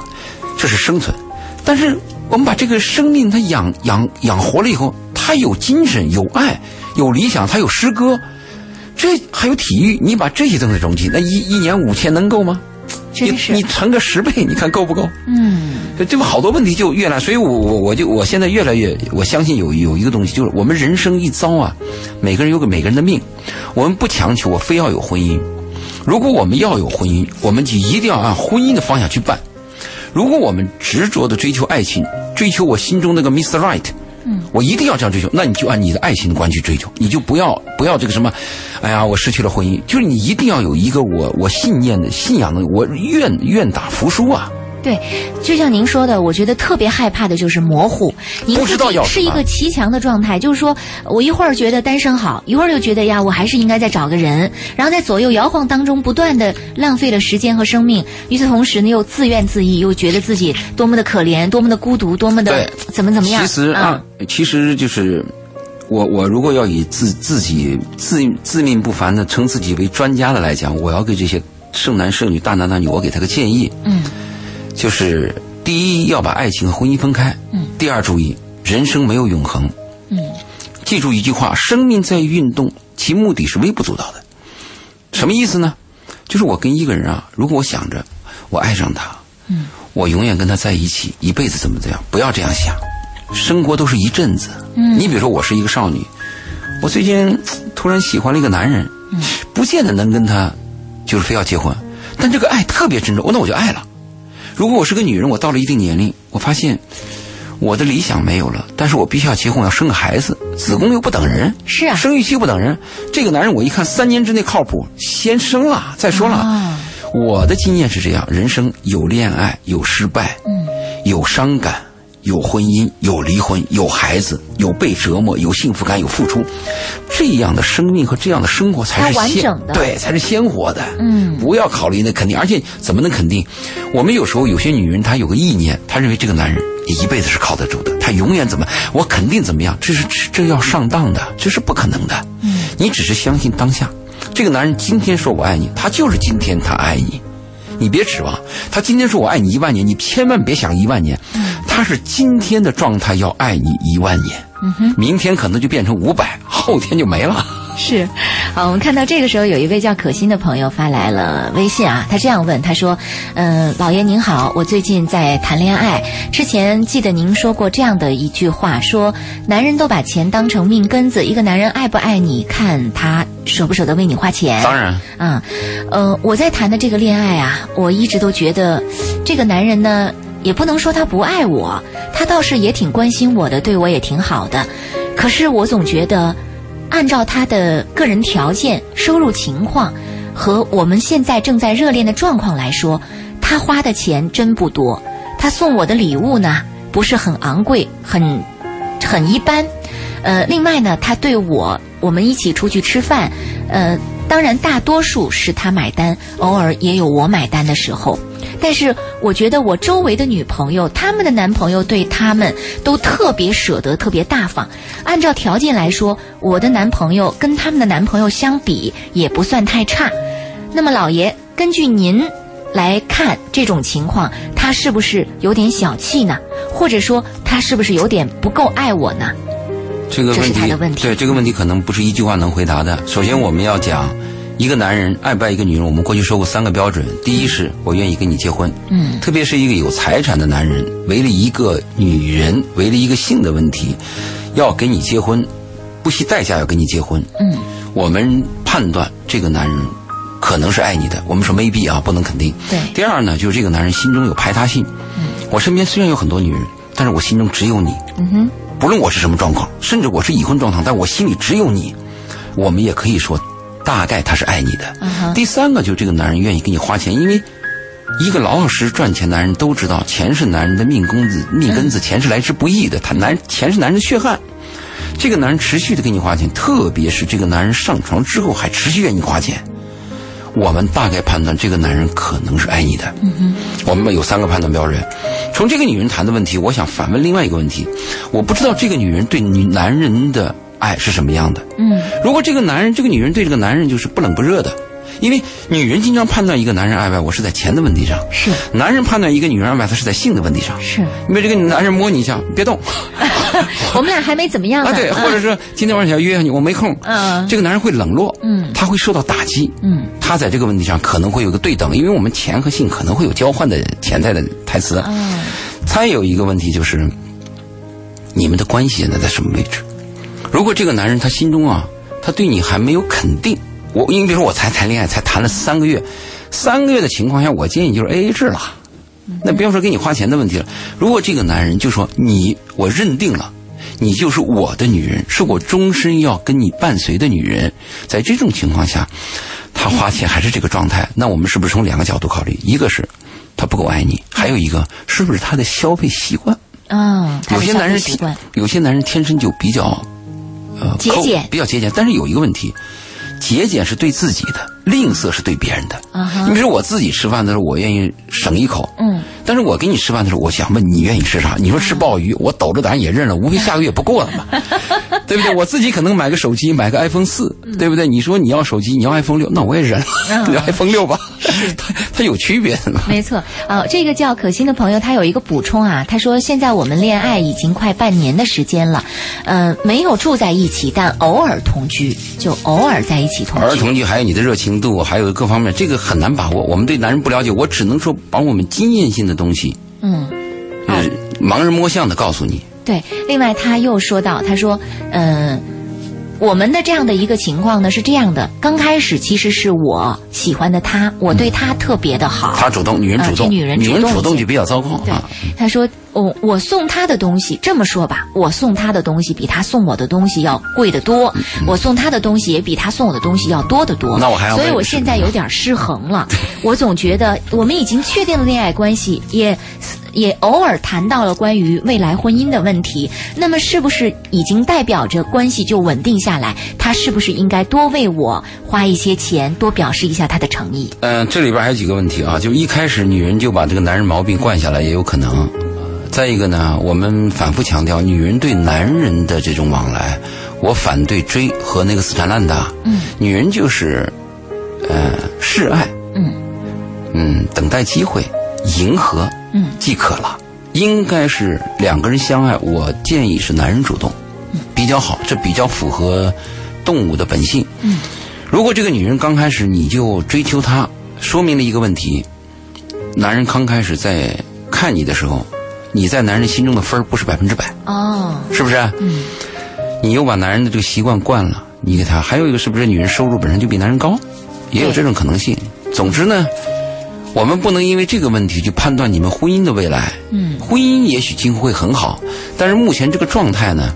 C: 这是生存。但是我们把这个生命它养养养活了以后，它有精神，有爱，有理想，它有诗歌，这还有体育，你把这些东西融进，那一一年五千能够吗？
B: 真是
C: 你你乘个十倍，你看够不够？
B: 嗯，
C: 这这不好多问题就越来，所以我我我就我现在越来越我相信有有一个东西，就是我们人生一遭啊，每个人有个每个人的命，我们不强求我非要有婚姻，如果我们要有婚姻，我们就一定要按婚姻的方向去办。如果我们执着的追求爱情，追求我心中那个 Mr. Right，嗯，我一定要这样追求，那你就按你的爱情观去追求，你就不要不要这个什么，哎呀，我失去了婚姻，就是你一定要有一个我我信念的信仰的，我愿愿打服输啊。
B: 对，就像您说的，我觉得特别害怕的就是模糊。您
C: 不知道
B: 自己
C: 要
B: 是
C: 什
B: 一
C: 么
B: 个骑墙的状态，就是说我一会儿觉得单身好，一会儿又觉得呀，我还是应该再找个人，然后在左右摇晃当中不断的浪费了时间和生命。与此同时呢，又自怨自艾，又觉得自己多么的可怜，多么的孤独，多么的
C: 对
B: 怎么怎么样。
C: 其实
B: 啊，，
C: 其实就是我我如果要以自自己自自命不凡的称自己为专家的来讲，我要给这些剩男剩女、大男大女，我给他个建议，
B: 嗯，
C: 就是第一要把爱情和婚姻分开，嗯，第二注意人生没有永恒，
B: 嗯，
C: 记住一句话：生命在于运动，其目的是微不足道的。什么意思呢？就是我跟一个人啊，如果我想着我爱上他，嗯，我永远跟他在一起，一辈子怎么怎么样？不要这样想，生活都是一阵子。嗯，你比如说，我是一个少女，我最近嘖突然喜欢了一个男人，嗯，不见得能跟他就是非要结婚，但这个爱特别真挚，那我就爱了。如果我是个女人，我到了一定年龄，我发现我的理想没有了，但是我必须要结婚，我要生个孩子，子宫又不等人，
B: 是啊
C: 生育期又不等人。这个男人我一看三年之内靠谱，先生了再说了。
B: 啊
C: 我的经验是这样：人生有恋爱，有失败，嗯，有伤感，有婚姻，有离婚，有孩子，有被折磨，有幸福感，有付出，这样的生命和这样的生活才是
B: 它完
C: 鲜
B: 整的
C: 对，哎才是鲜活的。
B: 嗯
C: 不要考虑那肯定，而且怎么能肯定？我们有时候有些女人她有个意念，她认为这个男人一辈子是靠得住的，他永远怎么我肯定怎么样，这是这这要上当的，这是不可能的。嗯，你只是相信当下，这个男人今天说我爱你，他就是今天他爱你。你别指望他今天说我爱你一万年，你千万别想一万年，他是今天的状态要爱你一万年，
B: 嗯
C: 明天可能就变成五百，后天就没了。
B: 是，好，我们看到这个时候有一位叫可心的朋友发来了微信啊，他这样问，他说：“嗯，老爷您好，我最近在谈恋爱，之前记得您说过这样的一句话，说男人都把钱当成命根子，一个男人爱不爱你，看他舍不舍得为你花钱。”
C: 哎当然，
B: 啊，呃，我在谈的这个恋爱啊，我一直都觉得这个男人呢，也不能说他不爱我，他倒是也挺关心我的，对我也挺好的。可是我总觉得，按照他的个人条件、收入情况和我们现在正在热恋的状况来说，他花的钱真不多，他送我的礼物呢，不是很昂贵，很很一般。呃，另外呢，他对我，我们一起出去吃饭，呃，当然大多数是他买单，偶尔也有我买单的时候。但是我觉得我周围的女朋友，她们的男朋友对她们都特别舍得，特别大方。按照条件来说，我的男朋友跟他们的男朋友相比，也不算太差。那么，老爷，根据您来看这种情况，他是不是有点小气呢？或者说，他是不是有点不够爱我呢？
C: 这个
B: 这是
C: 问题，
B: 他的问题
C: 对这个问题可能不是一句话能回答的。首先，我们要讲一个男人爱不爱一个女人，我们过去说过三个标准：第一是我愿意跟你结婚，
B: 嗯，
C: 特别是一个有财产的男人，为了一个女人，为了一个性的问题，要跟你结婚，不惜代价要跟你结婚，
B: 嗯，
C: 我们判断这个男人可能是爱你的，我们说 maybe 啊，不能肯定。
B: 对
C: 第二呢，就是这个男人心中有排他性。嗯，我身边虽然有很多女人，但是我心中只有你。
B: 嗯哼，
C: 不论我是什么状况，甚至我是已婚状况，但我心里只有你，我们也可以说，大概他是爱你的。
B: 嗯哼，
C: 第三个就是这个男人愿意给你花钱，因为一个老老实实赚钱的男人都知道，钱是男人的命根
B: 嗯
C: 子，命根子，钱是来之不易的，他男钱是男人的血汗。这个男人持续的给你花钱，特别是这个男人上床之后还持续愿意花钱，我们大概判断这个男人可能是爱你的。我们有三个判断标准。从这个女人谈的问题，我想反问另外一个问题：我不知道这个女人对女男人的爱是什么样的。
B: 嗯，
C: 如果这个男人，这个女人对这个男人就是不冷不热的，因为女人经常判断一个男人爱不爱我是在钱的问题上，
B: 是
C: 男人判断一个女人爱不爱他是在性的问题上。
B: 是，
C: 因为这个男人摸你一下，别动
B: 我们俩还没怎么样呢。
C: 啊，对，
B: 嗯
C: 或者是今天晚上想约你，我没空。
B: 嗯
C: 这个男人会冷落，
B: 嗯
C: 他会受到打击，
B: 嗯，
C: 他在这个问题上可能会有一个对等，因为我们钱和性可能会有交换的潜在的台词。
B: 嗯
C: 再有一个问题就是，你们的关系现在在什么位置？如果这个男人他心中啊，他对你还没有肯定，我因为比如说我才谈恋爱，才谈了三个月，三个月的情况下，我建议就是 A A 制了。那不要说给你花钱的问题了，如果这个男人就说你，我认定了。你就是我的女人，是我终身要跟你伴随的女人。在这种情况下，他花钱还是这个状态，那我们是不是从两个角度考虑？一个是他不够爱你，还有一个是不是他的消费习惯？
B: 嗯，他
C: 有
B: 的
C: 些
B: 消
C: 男
B: 费
C: 人
B: 习惯，
C: 有些男人天生就比较呃
B: 节
C: 抠
B: 俭
C: 比较节俭。但是有一个问题，节俭是对自己的，吝啬是对别人的。
B: 啊哈
C: 你比如说我自己吃饭的时候，我愿意省一口，
B: 嗯，
C: 但是我跟你吃
B: 嗯
C: 饭的时候，我想问你愿意吃啥？你说吃鲍鱼，我抖着胆也认了，无非下个月不过了嘛。对不对？我自己可能买个手机，买个 iPhone 四，
B: 嗯
C: 对不对？你说你要手机，你要 iPhone 六，那我也忍了，你要 iPhone 六吧， 它它有区别的嘛。
B: 没错，哦，这个叫可心的朋友，他有一个补充啊，他说现在我们恋爱已经快半年的时间了，嗯、没有住在一起，但偶尔同居，就偶尔在一起同
C: 儿
B: 居。
C: 童剧还有你的热情度，还有各方面，这个很难把握。我们对男人不了解，我只能说把我们经验性的东西，
B: 嗯，
C: 呃盲人摸象的告诉你。
B: 对。另外他又说到，他说，嗯、我们的这样的一个情况呢是这样的，刚开始其实是我喜欢的他，我对他特别的好，
C: 他主动，女人
B: 啊
C: 主动，
B: 这女人主动
C: 主动
B: 一些
C: 就比较糟糕
B: 对
C: 啊。，
B: 他说我我送他的东西，这么说吧，我送他的东西比他送我的东西要贵得多，我送他的东西也比他送我的东西要多得多。
C: 嗯那我还要
B: 所以
C: 问
B: 我现在有点失衡了。我总觉得我们已经确定了恋爱关系，也也偶尔谈到了关于未来婚姻的问题。那么是不是已经代表着关系就稳定下来？他是不是应该多为我花一些钱，多表示一下他的诚意？
C: 嗯、这里边还有几个问题啊，就一开始女人就把这个男人毛病惯下来，也有可能。再一个呢，我们反复强调，女人对男人的这种往来，我反对追和那个死缠烂打。嗯，女人就是，呃，示爱，
B: 嗯
C: 嗯，等待机会，迎合，
B: 嗯，
C: 即可了。应该是两个人相爱，我建议是男人主动，比较好，这比较符合动物的本性。嗯，如果这个女人刚开始你就追求她，说明了一个问题：男人刚开始在看你的时候，你在男人心中的分儿不是百分之百，
B: 哦，
C: 是不是？嗯，你又把男人的这个习惯惯了，你给他还有一个是不是女人收入本身就比男人高，也有这种可能性。总之呢，我们不能因为这个问题去判断你们婚姻的未来。
B: 嗯，
C: 婚姻也许今后会很好，但是目前这个状态呢，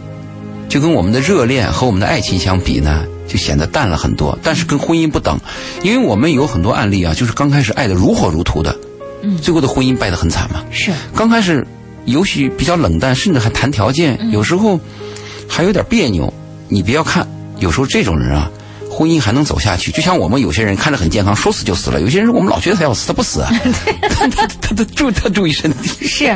C: 就跟我们的热恋和我们的爱情相比呢，就显得淡了很多。但是跟婚姻不等，因为我们有很多案例啊，就是刚开始爱的如火如荼的，
B: 嗯
C: 最后的婚姻败得很惨嘛。
B: 是，
C: 刚开始也许比较冷淡，甚至还谈条件，
B: 嗯
C: 有时候还有点别扭。你不要看，有时候这种人啊，婚姻还能走下去。就像我们有些人看着很健康，说死就死了；有些人我们老觉得他要死，他 不死啊， 他他他他注他注意身体。
B: 是，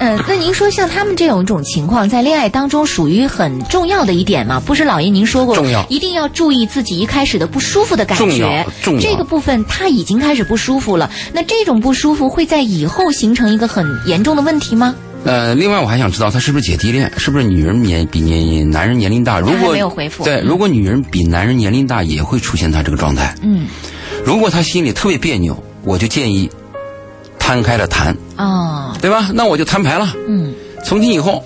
B: 嗯，那您说像他们这种种情况，在恋爱当中属于很重要的一点吗？不是老爷您说过，
C: 重要
B: 一定要注意自己一开始的不舒服的感觉。
C: 重要重要
B: 这个部分他已经开始不舒服了，那这种不舒服会在以后形成一个很严重的问题吗？
C: 呃，另外我还想知道他是不是姐弟恋，是不是女人年比年男人年龄大？如
B: 他还
C: 果
B: 没有回复
C: 对，
B: 嗯
C: 如果女人比男人年龄大，也会出现他这个状态。
B: 嗯，
C: 如果他心里特别别扭，我就建议摊开了谈，
B: 哦，
C: 对吧？那我就摊牌了。
B: 嗯
C: 从今以后，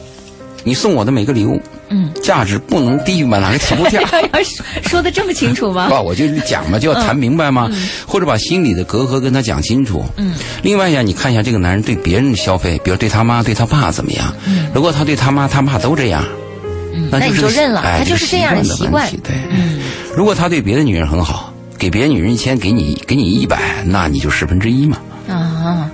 C: 你送我的每个礼物
B: 嗯，。
C: 价值不能低于满哪个起步价
B: 要说说的这么清楚 吗？
C: 啊，我就讲嘛，就
B: 嗯
C: 要谈明白嘛，或者把心里的隔阂跟他讲清楚。嗯，另外呀，你看一下这个男人对别人的消费，比如对他妈、对他爸怎么样？嗯，如果他对他妈、他爸都这样，嗯，那
B: 那你
C: 是
B: 就
C: 个习
B: 认了
C: 哎
B: 他就是是这样的
C: 习
B: 习
C: 惯
B: 惯嗯
C: 的问题。对，如果他对别的女人很好，给别的女人一千，给你给你一百，那你就十分之一嘛。
B: 啊。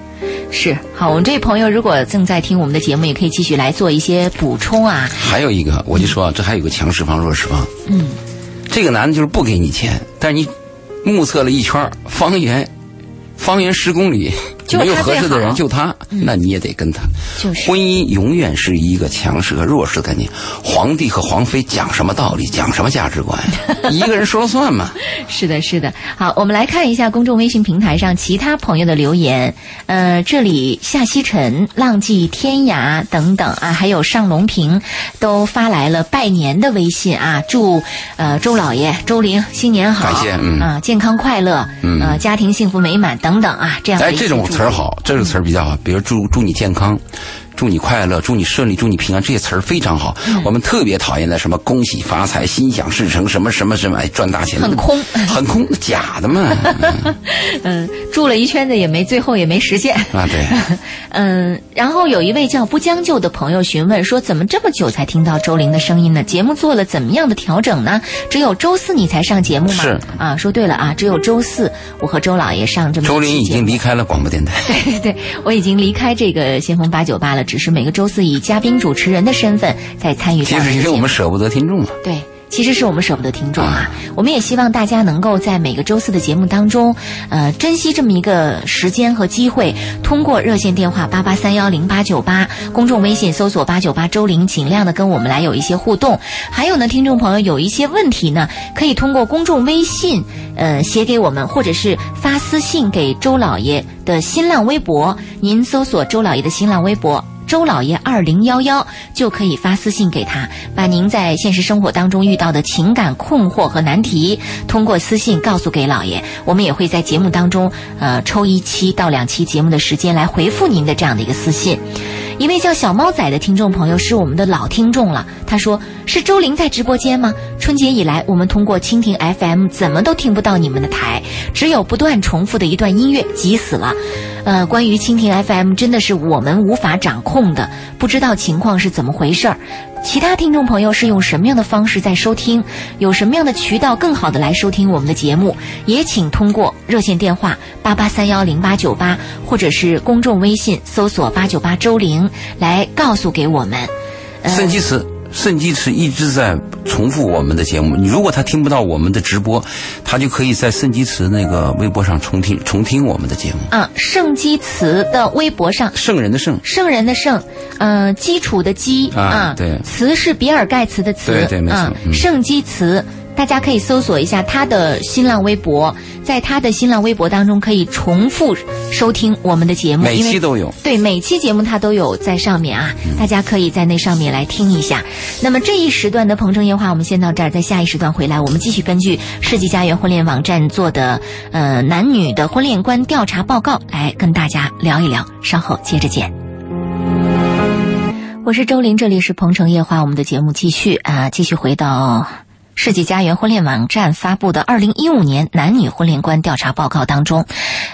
B: 是好，我们这位朋友如果正在听我们的节目，也可以继续来做一些补充啊。
C: 还有一个，我就说啊，这还有个强势方、弱势方。
B: 嗯，
C: 这个男的就是不给你钱，但是你目测了一圈儿，方圆方圆十公里
B: 就是
C: 没有
B: 他
C: 合
B: 最
C: 适的人，
B: 好嗯
C: 就他，那你也得跟他。
B: 就是
C: 婚姻永远是一个强势和弱势的概念。皇帝和皇妃讲什么道理，讲什么 价值观，一个人说了算嘛。
B: 是的，是的。好，我们来看一下公众微信平台上其他朋友的留言。呃，这里夏曦尘、浪迹天涯等等啊，还有尚龙平，都发来了拜年的微信啊，祝呃周老爷、周玲新年好，
C: 感谢嗯
B: 啊，健康快乐，嗯，呃，家庭幸福美满等等啊，这样的
C: 哎，
B: 一些
C: 这种
B: 祝
C: 词儿
B: 福，
C: 好，这个词儿比较好。比如祝祝你健康，祝你快乐，祝你顺利，祝你平安，这些词儿非常好。
B: 嗯
C: 我们特别讨厌的什么恭喜发财、心想事成，什么什么什么，哎，赚大钱，
B: 很空
C: 很空，假的嘛。
B: 嗯，住了一圈子也没，最后也没实现。
C: 啊，对，
B: 嗯，然后有一位叫不将就的朋友询问说，怎么这么久才听到周玲的声音呢？节目做了怎么样的调整呢？只有周四你才上节目吗？
C: 是
B: 啊，说对了啊，只有周四我和周老爷上这么一期
C: 周林已
B: 节目
C: 经离开了广播电台。
B: 对对，我已经离开这个先锋八九八了，只是每个周四以嘉宾主持人的身份在参与这
C: 其
B: 样的
C: 实因
B: 节
C: 为
B: 目。
C: 我们舍不得听众嘛，
B: 对。其实是我们舍不得听众啊。我们也希望大家能够在每个周四的节目当中，呃，珍惜这么一个时间和机会，通过热线电话八八三幺零八九八，公众微信搜索八九八周玲，尽量的跟我们来有一些互动。还有呢，听众朋友有一些问题呢，可以通过公众微信，呃，写给我们，或者是发私信给周老爷的新浪微博，您搜索周老爷的新浪微博。周老爷二零幺幺就可以发私信给他，把您在现实生活当中遇到的情感困惑和难题，通过私信告诉给老爷。我们也会在节目当中，呃，抽一期到两期节目的时间来回复您的这样的一个私信。一位叫小猫仔的听众朋友是我们的老听众了，他说：“是周玲在直播间吗？春节以来，我们通过蜻蜓 FM 怎么都听不到你们的台，只有不断重复的一段音乐，急死了。”呃，关于蜻蜓 FM，真的是我们无法掌控的，不知道情况是怎么回事儿。其他听众朋友是用什么样的方式在收听？有什么样的渠道更好的来收听我们的节目？也请通过热线电话八八三幺零八九八，或者是公众微信搜索八九八周玲来告诉给我们。嗯
C: 肾基池，肾基池一直在重复我们的节目。你如果他听不到我们的直播，他就可以在肾基池那个微博上重听重听我们的节目。
B: 啊，圣基茨的微博上，
C: 圣人的圣，
B: 圣人的圣，呃，基础的基
C: 啊对
B: 茨是比尔盖茨的茨，
C: 对对没错
B: 啊
C: 嗯
B: 圣基茨。大家可以搜索一下他的新浪微博，在他的新浪微博当中可以重复收听我们的节目，
C: 每
B: 因为
C: 期都嗯有。
B: 对，每期节目它都有在上面啊，大家可以在那上面来听一下。那么这一时段的《鹏城夜话》，我们先到这儿，在下一时段回来，我们继续根据世纪佳缘婚恋网站做的呃男女的婚恋观调查报告来跟大家聊一聊，稍后接着见。我是周玲，这里是《鹏城夜话》，我们的节目继续啊，继续回到世纪佳缘婚恋网站发布的《二零一五年男女婚恋观调查报告》当中，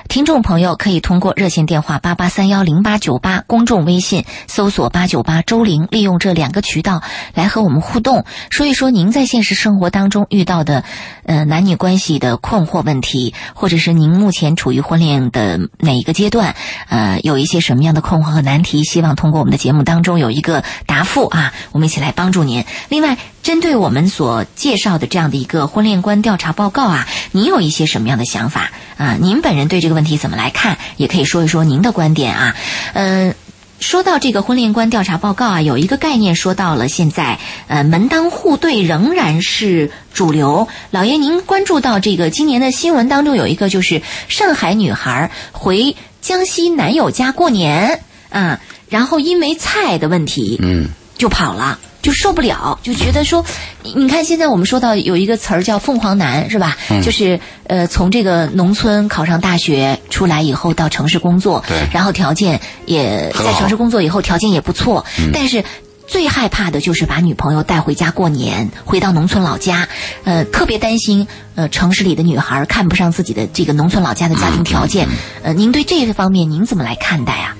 B: 听众朋友可以通过热线电话八八三幺零八九八，公众微信搜索八九八周玲，利用这两个渠道来和我们互动，说一说您在现实生活当中遇到的呃男女关系的困惑问题，或者是您目前处于婚恋的哪一个阶段，呃，有一些什么样的困惑和难题，希望通过我们的节目当中有一个答复啊，我们一起来帮助您。另外，针对我们所介绍的这样的一个婚恋观调查报告啊，您有一些什么样的想法啊？您本人对这个问题怎么来看？也可以说一说您的观点啊。嗯、说到这个婚恋观调查报告啊，有一个概念说到了现在，呃，门当户对仍然是主流。老爷，您关注到这个今年的新闻当中有一个，就是上海女孩回江西男友家过年，啊，然后因为菜的问题，
C: 嗯，
B: 就跑了，就受不了，就觉得说，你你看现在我们说到有一个词儿叫“凤凰男”，是吧？就是呃，从这个农村考上大学出来以后，到城市工作，
C: 对
B: 然后条件也呃
C: 很
B: 在
C: 好
B: 城市工作以后条件也不错，但是。最害怕的就是把女朋友带回家过年，回到农村老家，呃，特别担心呃城市里的女孩看不上自己的这个农村老家的家庭条件。呃，您对这个方面您怎么来看待啊？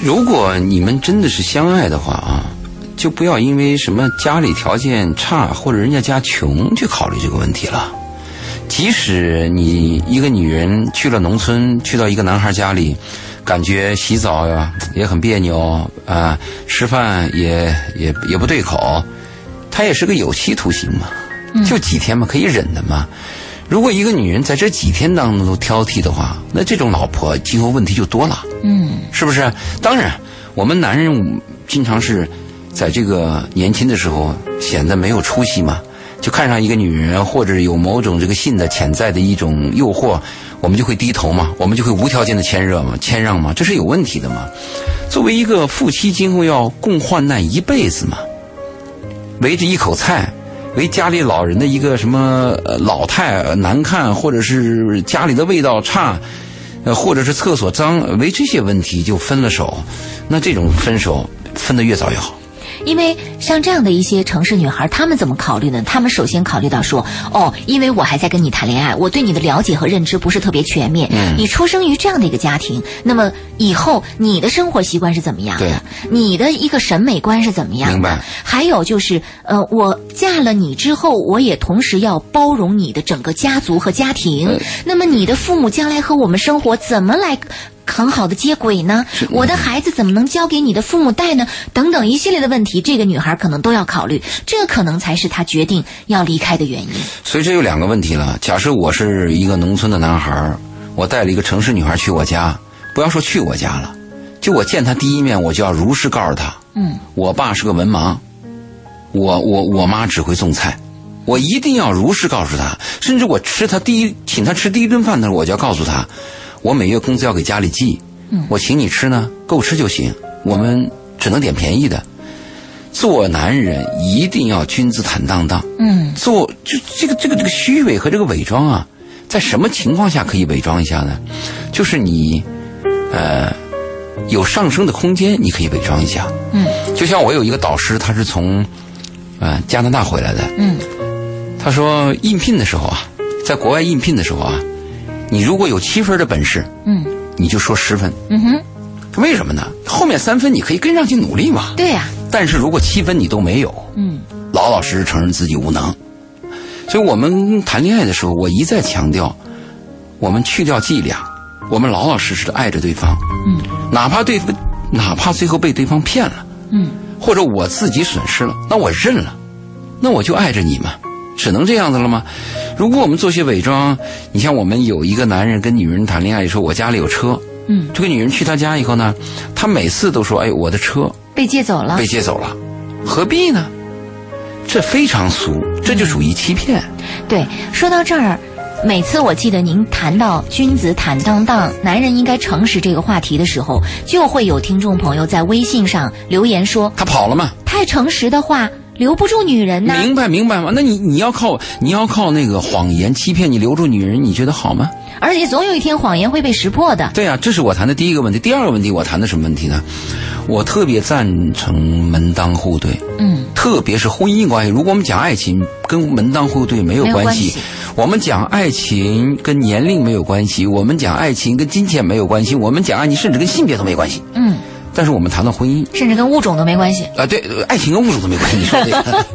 C: 如果你们真的是相爱的话啊，就不要因为什么家里条件差或者人家家穷去考虑这个问题了。即使你一个女人去了农村，去到一个男孩家里，感觉洗澡呀也很别扭啊、吃饭也也也不对口，她也是个有期徒刑嘛，就几天嘛，可以忍的嘛。如果一个女人在这几天当中都挑剔的话，那这种老婆今后问题就多了。
B: 嗯
C: 是不是？当然，我们男人经常是在这个年轻的时候显得没有出息嘛，就看上一个女人或者有某种这个性的潜在的一种诱惑，我们就会低头嘛，我们就会无条件的谦让嘛，谦让嘛，这是有问题的嘛。作为一个夫妻，今后要共患难一辈子嘛，围着一口菜。为家里老人的一个什么呃老态呃难看，或者是家里的味道差，呃，或者是厕所脏，为这些问题就分了手，那这种分手分得越早越好。
B: 因为像这样的一些城市女孩，她们怎么考虑呢？她们首先考虑到说，哦，因为我还在跟你谈恋爱，我对你的了解和认知不是特别全面。你出生于这样的一个家庭，那么以后你的生活习惯是怎么样
C: 对
B: 的？你的一个审美观是怎么样
C: 明
B: 的
C: 白？
B: 还有就是，呃，我嫁了你之后，我也同时要包
C: 呃
B: 容你的整个家族和家庭。那么你的父母将来和我们生活怎么来呃很好的接轨呢？我的孩子怎么能交给你的父母带呢？等等一系列的问题，这个女孩可能都要考虑，这可能才是她决定要离开的原因。
C: 所以这有两个问题了。假设我是一个农村的男孩儿，我带了一个城市女孩去我家，不要说去我家了，就我见她第一面，我就要如实告诉她，
B: 嗯，
C: 我爸是个文盲，我我我妈只会种菜，我一定要如实告诉她。甚至我吃她第一请她吃第一顿饭的时候，我就要告诉她，我每月工资要给家里寄，
B: 嗯
C: 我请你吃呢，够吃就行，我们只能点便宜的。做男人一定要君子坦荡荡，
B: 嗯
C: 做就这个这个这个虚伪和这个伪装啊，在什么情况下可以伪装一下呢？就是你，呃，有上升的空间，你可以伪装一下。
B: 嗯
C: 就像我有一个导师，他是从，呃，加拿大回来的，
B: 嗯
C: 他说应聘的时候啊，在国外应聘的时候啊，你如果有七分的本事，
B: 嗯
C: 你就说十分，
B: 嗯哼，
C: 为什么呢？后面三分你可以跟上去努力嘛。
B: 对呀、
C: 但是如果七分你都没有，
B: 嗯
C: 老老实实承认自己无能。所以我们谈恋爱的时候，我一再强调，我们去掉伎俩，我们老老实实的爱着对方，
B: 嗯
C: 哪怕对，哪怕最后被对方骗了，
B: 嗯
C: 或者我自己损失了，那我认了，那我就爱着你嘛，只能这样子了吗？如果我们做些伪装，你像我们有一个男人跟女人谈恋爱，说我家里有车，
B: 嗯，
C: 这个女人去他家以后呢，他每次都说，哎，我的车，
B: 被借走了
C: 被。借走了，何必呢？这非常俗，这就属于欺骗。
B: 对，说到这儿，每次我记得您谈到“君子坦荡荡，男人应该诚实”这个话题的时候，就会有听众朋友在微信上留言说
C: 他跑了嘛？：“
B: 太诚实的话，留不住女人呐、
C: 明白明白吗？那你你要靠你要靠那个谎言欺骗你留住女人，你觉得好吗？
B: 而且总有一天谎言会被识破的。
C: 对啊，这是我谈的第一个问题。第二个问题，我谈的什么问题呢？我特别赞成门当户对，
B: 嗯
C: 特别是婚姻关系。如果我们讲爱情，跟门当户对没有
B: 没有
C: 关
B: 关
C: 系；
B: 系
C: 我们讲爱情跟年龄没有关系；我们讲爱情跟金钱没有关系；我们讲爱情甚至跟性别都没关系。
B: 嗯，
C: 但是我们谈到婚姻，
B: 甚至跟物种都没关系。
C: 啊，对，呃爱情跟物种都没关 系，你说对了。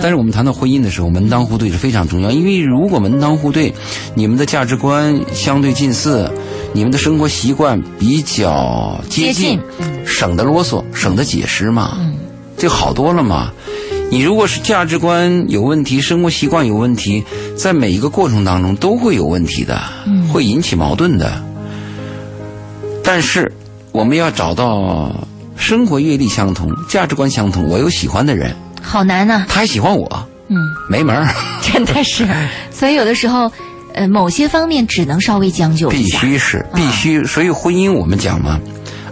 C: 但是我们谈到婚姻的时候，门当户对是非常重要，因为如果门当户对，你们的价值观相对近似，你们的生活习惯比较接近，嗯
B: 接
C: 省得啰嗦，省得解释嘛，这好多了嘛。你如果是价值观有问题，生活习惯有问题，在每一个过程当中都会有问题的，会引起矛盾的。但是我们要找到生活阅历相同、价值观相同，我有喜欢的人，
B: 好难呐、
C: 他还喜欢我，
B: 嗯，
C: 没门儿，
B: 真的是。所以有的时候，呃，某些方面只能稍微将就一
C: 必
B: 下。
C: 须是必须。所以婚姻我们讲嘛，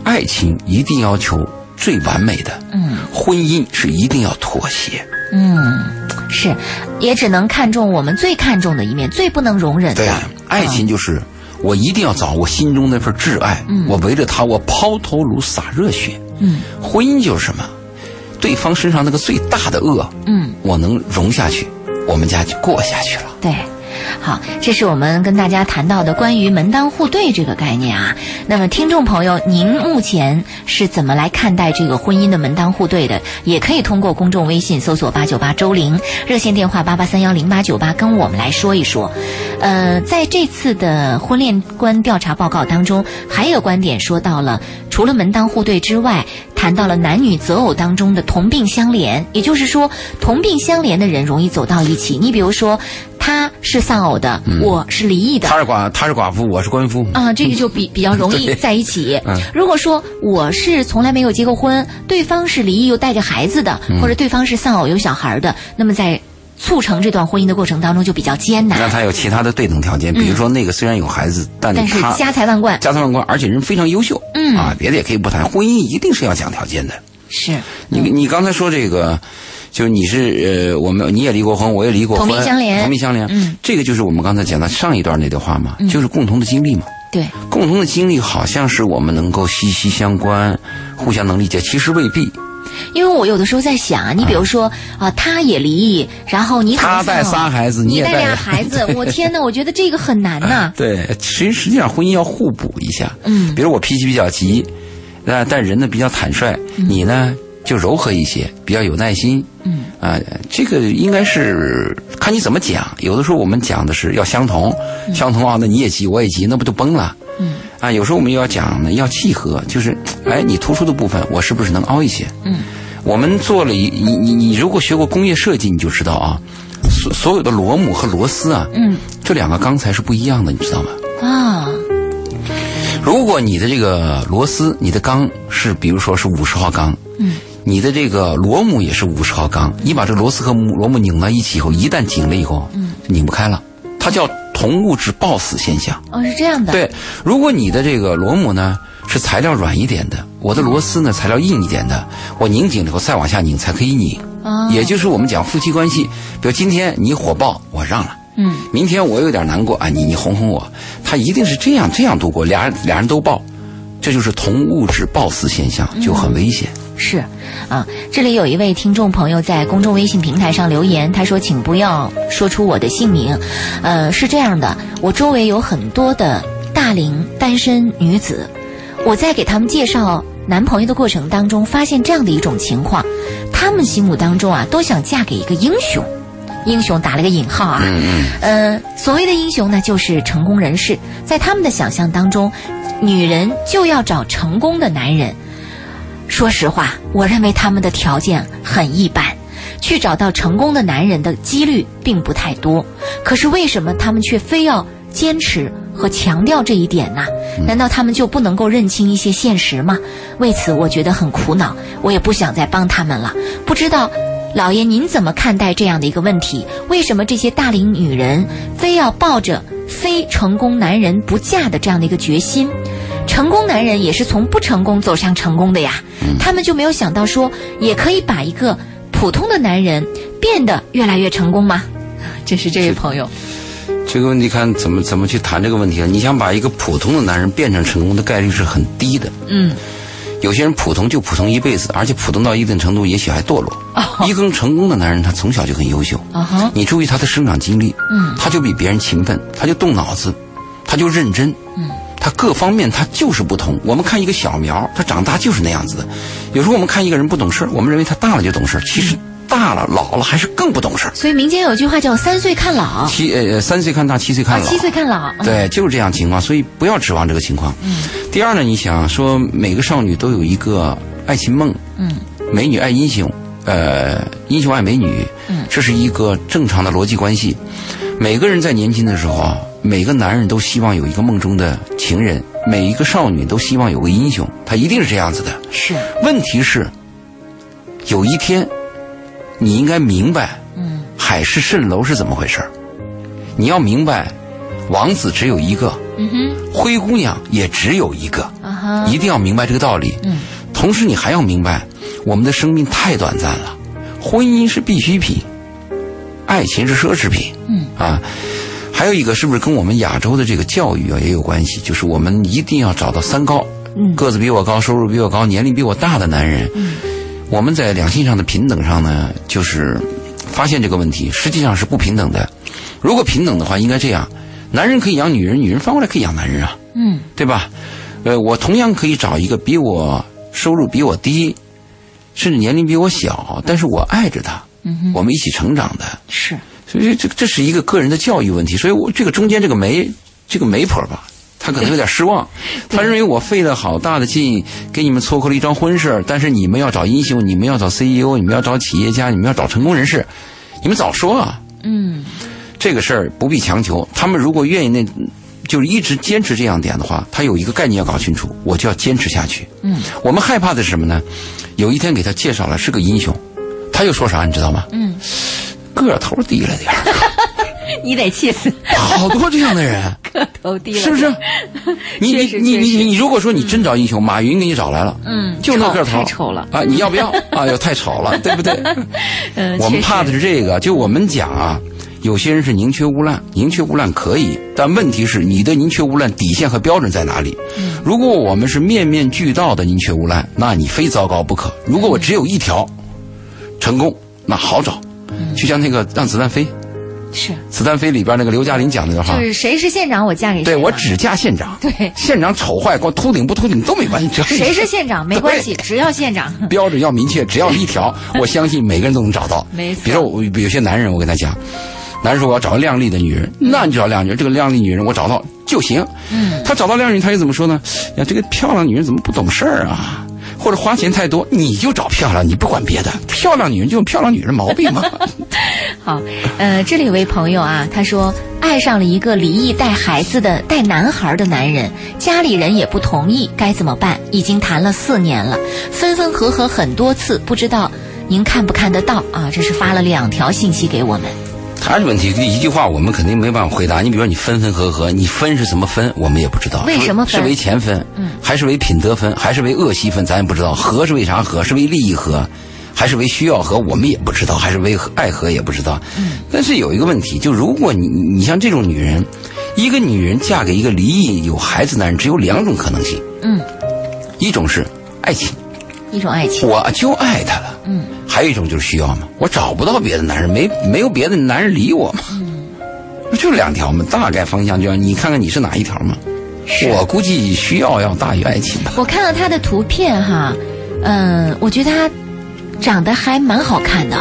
C: 爱情一定要求最完美的，
B: 嗯
C: 婚姻是一定要妥协。
B: 嗯，是，也只能看重我们最看重的一面，最不能容忍的。
C: 啊，爱情就是我一定要找我心中那份挚爱，我围着他，我抛头颅洒热血。
B: 嗯
C: 婚姻就是什么？对方身上那个最大的恶，
B: 嗯。
C: 我能容下去，我们家就过下去了。
B: 对。好，这是我们跟大家谈到的关于门当户对这个概念啊。那么，听众朋友，您目前是怎么来看待这个婚姻的门当户对的？也可以通过公众微信搜索“八九八周玲”，热线电话八八三幺零八九八，跟我们来说一说。呃，在这次的婚恋观调查报告当中，还有观点说到了，除了门当户对之外，谈到了男女择偶当中的同病相怜，也就是说，同病相怜的人容易走到一起。你比如说，他是丧偶的，我是离异的。
C: 嗯他是寡，他是寡妇，我是官夫。
B: 啊、这个就 比比较容易在一起。
C: 嗯
B: 如果说我是从来没有结过婚，对方是离异又带着孩子的，
C: 嗯
B: 或者对方是丧偶有小孩的，那么在促成这段婚姻的过程当中就比较艰难。
C: 让他有其他的对等条件，比如说那个虽然有孩子，但
B: 嗯但是
C: 他
B: 家财万贯
C: 家财万贯，而且人非常优秀，
B: 嗯
C: 啊，别的也可以不谈，婚姻一定是要讲条件的。
B: 是嗯
C: 你你刚才说这个，就是你是呃，我们你也离过婚，我也离过婚，
B: 同病相怜
C: 同病相怜，
B: 嗯，
C: 这个就是我们刚才讲的上一段那段话嘛，就是共同的经历嘛，
B: 对，
C: 共同的经历好像是我们能够息息相关，互相能理解，其实未必。
B: 因为我有的时候在想啊，你比如说啊、他也离异，然后你可能
C: 嗯他带
B: 丧偶
C: 仨孩子你
B: 你
C: 也带
B: 带俩孩子，我天呐，我觉得这个很难呐、
C: 对，其实实际上婚姻要互补一下，
B: 嗯
C: 比如我脾气比较急，那但人呢比较坦率，你呢就柔和一些，比较有耐心，
B: 嗯
C: 啊，这个应该是看你怎么讲。有的时候我们讲的是要相同，相同啊，那你也急，我也急，那不就崩了？
B: 嗯，
C: 啊，有时候我们又要讲呢，要契合，就是哎，你突出的部分，我是不是能凹一些？
B: 嗯，
C: 我们做了一你你你如果学过工业设计，你就知道啊，所所有的螺母和螺丝啊，
B: 嗯，
C: 这两个钢材是不一样的，你知道吗？
B: 啊、
C: 如果你的这个螺丝，你的钢是比如说是五十号钢，
B: 嗯，
C: 你的这个螺母也是五十号钢，你把这螺丝和母螺母拧到一起以后，一旦紧了以后，嗯，拧不开了，它叫同物质抱死现象。
B: 哦，是这样的。，
C: 对，如果你的这个螺母呢是材料软一点的，我的螺丝呢材料硬一点的，我拧紧了以后再往下拧才可以拧，
B: 哦，
C: 也就是我们讲夫妻关系，比如今天你火爆，我让了。
B: 嗯，
C: 明天我有点难过啊，你你哄哄我，他一定是这样这样度过，俩人俩人都抱，这就是同物质抱死现象，就很危险。
B: 是，啊，这里有一位听众朋友在公众微信平台上留言，他说：“请不要说出我的姓名。”呃，是这样的，我周围有很多的大龄单身女子，我在给他们介绍男朋友的过程当中，发现这样的一种情况，他们心目当中啊，都想嫁给一个英雄。英雄打了个引号啊，呃，所谓的英雄呢，就是成功人士，在他们的想象当中，女人就要找成功的男人，说实话，我认为他们的条件很一般，去找到成功的男人的几率并不太多。可是为什么他们却非要坚持和强调这一点呢？难道他们就不能够认清一些现实吗？为此，我觉得很苦恼，我也不想再帮他们了。不知道。老爷，您怎么看待这样的一个问题？为什么这些大龄女人非要抱着非成功男人不嫁的这样的一个决心？成功男人也是从不成功走向成功的呀，他们就没有想到说，也可以把一个普通的男人变得越来越成功吗？这是这位朋友，
C: 嗯这个问题看怎么怎么去谈这个问题了。啊你想把一个普通的男人变成成功的概率是很低的。
B: 嗯，
C: 有些人普通就普通一辈子，而且普通到一定程度，也许还堕落。
B: 哦
C: 一个成功的男人，他从小就很优秀。
B: 啊哈，
C: 你注意他的生长经历，
B: 嗯，
C: 他就比别人勤奋，他就动脑子，他就认真，嗯，他各方面他就是不同。我们看一个小苗，他长大就是那样子的。有时候我们看一个人不懂事儿，我们认为他大了就懂事儿，其实大了老了还是更不懂事儿。
B: 所以民间有句话叫“三岁看老”，
C: 七呃三岁看大，七岁看
B: 啊，
C: 老，
B: 七岁看老，嗯
C: 对，就是这样情况，所以不要指望这个情况。嗯。第二呢，你想说每个少女都有一个爱情梦，
B: 嗯，
C: 美女爱英雄，呃，英雄爱美女，
B: 嗯，
C: 这是一个正常的逻辑关系。每个人在年轻的时候啊，每个男人都希望有一个梦中的情人，每一个少女都希望有个英雄，她一定是这样子的。
B: 是，
C: 问题是，有一天，你应该明白
B: 嗯
C: 海市蜃楼是怎么回事儿你要明白，王子只有一个，
B: 嗯哼，
C: 灰姑娘也只有一个，
B: 啊哈，
C: 一定要明白这个道理。
B: 嗯，
C: 同时你还要明白，我们的生命太短暂了，婚姻是必需品，爱情是奢侈品。
B: 嗯
C: 啊，还有一个是不是跟我们亚洲的这个教育啊也有关系？就是我们一定要找到三高，
B: 嗯
C: 个子比我高，收入比我高，年龄比我大的男人。嗯，我们在两性上的平等上呢，就是发现这个问题，实际上是不平等的。如果平等的话，应该这样：男人可以养女人，女人反过来可以养男人啊。
B: 嗯
C: 对吧？呃，我同样可以找一个比我收入比我低，甚至年龄比我小，但是我爱着他，
B: 嗯哼，
C: 我们一起成长的。
B: 是，
C: 所以这这是一个个人的教育问题。所以我这个中间这个媒这个媒婆吧，她可能有点失望， 她认为我费了好大的劲给你们撮合了一桩婚事，但是你们要找英雄，你们要找 CEO，你们要找企业家，你们要找成功人士，你们早说啊！
B: 嗯
C: 这个事儿不必强求。他们如果愿意那，就是一直坚持这样点的话，他有一个概念要搞清楚，我就要坚持下去。
B: 嗯，
C: 我们害怕的是什么呢？有一天给他介绍了是个英雄，他又说啥你知道吗？
B: 嗯，
C: 个头低了点儿，
B: 你得气死，
C: 好多这样 的人，
B: 个头低了，
C: 是不 是？你
B: 确
C: 你
B: 实
C: 你
B: 确实
C: 你你，如果说你真找英雄，马云给你找来了，
B: 嗯
C: 就那
B: 丑
C: 个头
B: 太丑了
C: 啊！你要不要？ 哎呦，太丑了，对不对？
B: 嗯，
C: 我
B: 确
C: 们怕的
B: 实
C: 是这个，就我们讲啊，有些人是宁缺毋滥，宁缺毋滥可以，但问题是你的宁缺毋滥底线和标准在哪里？
B: 嗯
C: 如果我们是面面俱到的宁缺毋滥，那你非糟糕不可；如果我只有一条成功，那好找，
B: 嗯
C: 就像那个《让子弹飞》，《
B: 是，
C: 子弹飞》里边那个刘嘉玲讲那段话
B: 就，是谁是县长，我嫁给谁
C: 对我
B: 嘛
C: 只嫁县长，
B: 对
C: 县长丑坏，光秃顶不秃顶都没关系，只要
B: 谁是县长没关系，只要县长。
C: 标准要明确，只要 一条，我相信每个人都能找到。
B: 没错
C: 比如说我
B: 嗯
C: 有些男人，我跟他讲，男人说我要找个靓丽的女人，那你就找靓女人，这个靓丽女人我找到，就行。嗯，他找到靓女，他又怎么说呢？呀，这个漂亮女人怎么不懂事儿啊？或者花钱太多，你就找漂亮，你不管别的，漂亮女人就有漂亮女人毛病嘛。
B: 好，呃，这里有位朋友啊，他说爱上了一个离异带孩子的带男孩的男人，家里人也不同意，该怎么办？已经谈了四年了，分分合合很多次，不知道您看不看得到啊？这是发了两条信息给我们。
C: 还是问题，一句话我们肯定没办法回答。你比如说，你分分合合，你分是什么分，我们也不知道。
B: 为什么分
C: 是为钱分？嗯，还是为品德分？还是为恶习分？咱也不知道。合是为啥合？是为利益合，还是为需要合？我们也不知道。还是为爱合也不知道。嗯，但是有一个问题，就如果你你像这种女人，一个女人嫁给一个离异有孩子男人，只有两种可能性。
B: 嗯，
C: 一种是爱情，
B: 一种爱情，
C: 我就爱他了。
B: 嗯，
C: 还有一种就是需要嘛，我找不到别的男人，没没有别的男人理我嘛。
B: 嗯
C: 不就两条嘛，大概方向就要你看看你是哪一条嘛。
B: 是
C: 我估计需要要大于爱情 吧。
B: 我看了他的图片哈，嗯，我觉得他长得还蛮好看的，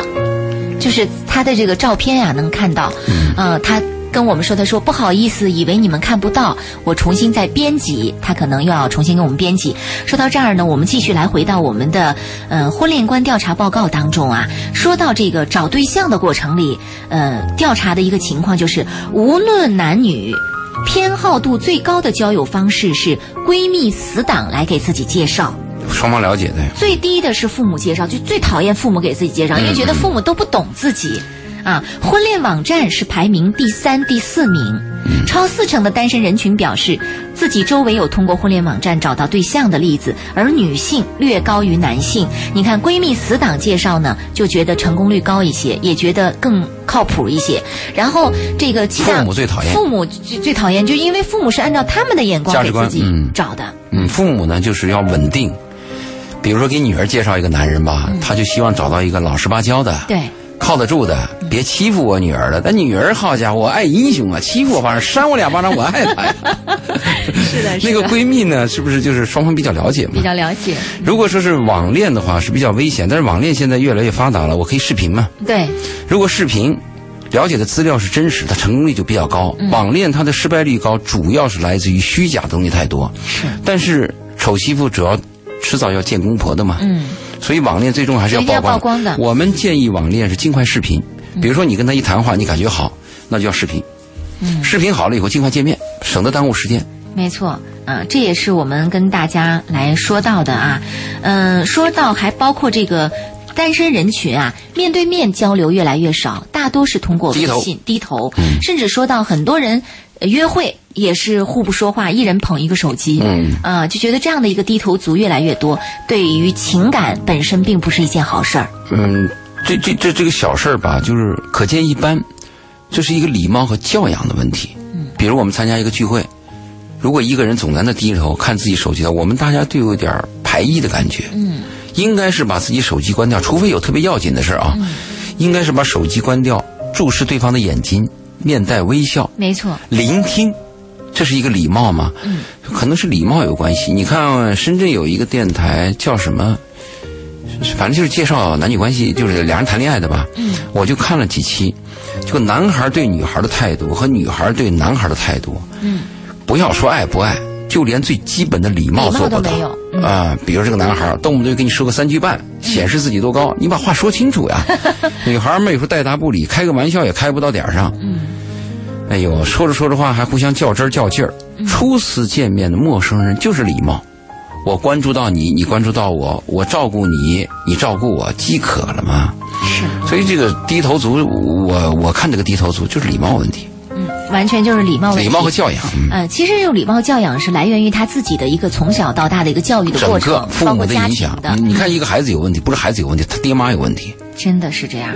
B: 就是他的这个照片呀、能看到，呃，他跟我们说，他说不好意思，以为你们看不到，我重新再编辑，他可能又要重新给我们编辑。说到这儿呢，我们继续来回到我们的呃婚恋观调查报告当中啊，说到这个找对象的过程里，呃，调查的一个情况就是，无论男女。偏好度最高的交友方式是闺蜜、死党来给自己介绍，
C: 双方了解的，
B: 最低的是父母介绍，就最讨厌父母给自己
C: 嗯
B: 介绍，因为觉得父母都不懂自己。啊，婚恋网站是排名第三、第四名，
C: 嗯
B: 超四成的单身人群表示自己周围有通过婚恋网站找到对象的例子，而女性略高于男性。你看闺蜜、死党介绍呢，就觉得成功率高一些，也觉得更靠谱一些。然后这个激荡
C: 父母最讨厌
B: 父母最最讨厌，就因为父母是按照他们的眼光
C: 价
B: 给
C: 值观
B: 自己
C: 嗯
B: 找的。
C: 嗯，父母呢就是要稳定，比如说给女儿介绍一个男人吧，他就希望找到一个老实巴交的，
B: 嗯对，嗯
C: 靠得住的，别欺负我女儿了。但女儿好家伙，我爱英雄啊，欺负我巴掌，扇我两巴掌，我爱 她呀。
B: 啊是的
C: 那个闺蜜呢，是不是就是双方比较了解嘛
B: 比？较了解，
C: 如果说是网恋的话，是比较危险，但是网恋现在越来越发达了，我可以视频嘛。
B: 对。
C: 如果视频了解的资料是真实，它成功率就比较高。
B: 嗯
C: 网恋它的失败率高，主要是来自于虚假的东西太多。
B: 是，
C: 但是丑媳妇主要迟早要见公婆的嘛。
B: 嗯，
C: 所以网恋最终还是要
B: 所以一定
C: 曝
B: 要
C: 光。
B: 曝光的嗯
C: 我们建议网恋是尽快视频，比如说你跟他一谈话，你感觉好，那就要视频。嗯，视频好了以后尽快见面，省得耽误时间。
B: 没错，啊，这也是我们跟大家来说到的啊，嗯、说到还包括这个。单身人群啊，面对面交流越来越少，大多是通过微
C: 低头嗯
B: 信低头，甚至说到很多人呃约会也是互不说话，一人捧一个手机，
C: 嗯，
B: 啊、就觉得这样的一个低头族越来越多，对于情感本身并不是一件好事儿。
C: 嗯，这这这这个小事儿吧，就是可见一斑，这是一个礼貌和教养的问题。嗯，比如我们参加一个聚会，如果一个人总在那低着头看自己手机的，我们大家都有点儿排异的感觉。嗯，应该是把自己手机关掉，除非有特别要紧的事儿啊，应该是把手机关掉，注视对方的眼睛，面带微笑，
B: 没错，
C: 聆听，这是一个礼貌吗？嗯，可能是礼貌有关系。你看啊深圳有一个电台叫什么？反正就是介绍男女关系，就是俩人谈恋爱的吧。嗯，我就看了几期，这个男孩对女孩的态度和女孩对男孩的态度，嗯，不要说爱不爱，就连最基本的礼貌
B: 礼貌
C: 做不
B: 都
C: 到
B: 没有
C: 啊。比如这个男孩动不动就给你说个三句半，显示自己多高，你把话说清楚 呀。女孩嘛，有时候带答不理，开个玩笑也开不到点儿上。哎呦，说着说着话还互相较真儿较劲儿。初次见面的陌生人就是礼貌，我关注到你，你关注到我，我照顾你，你照顾我，饥渴了吗？
B: 是。
C: 所以这个低头族，我我看这个低头族就是礼貌问题，
B: 完全哦就是礼貌问题。
C: 礼貌和教养。嗯
B: 呃，其实这种礼貌教养是来源于他自己的一个从小到大的一个教育的过
C: 整
B: 程
C: 个，父
B: 包
C: 母
B: 括
C: 的
B: 家
C: 影
B: 庭
C: 响嗯
B: 的，，嗯
C: 你看一个孩子有问题，不是孩子有问题，他爹妈有问题。
B: 真的是这样。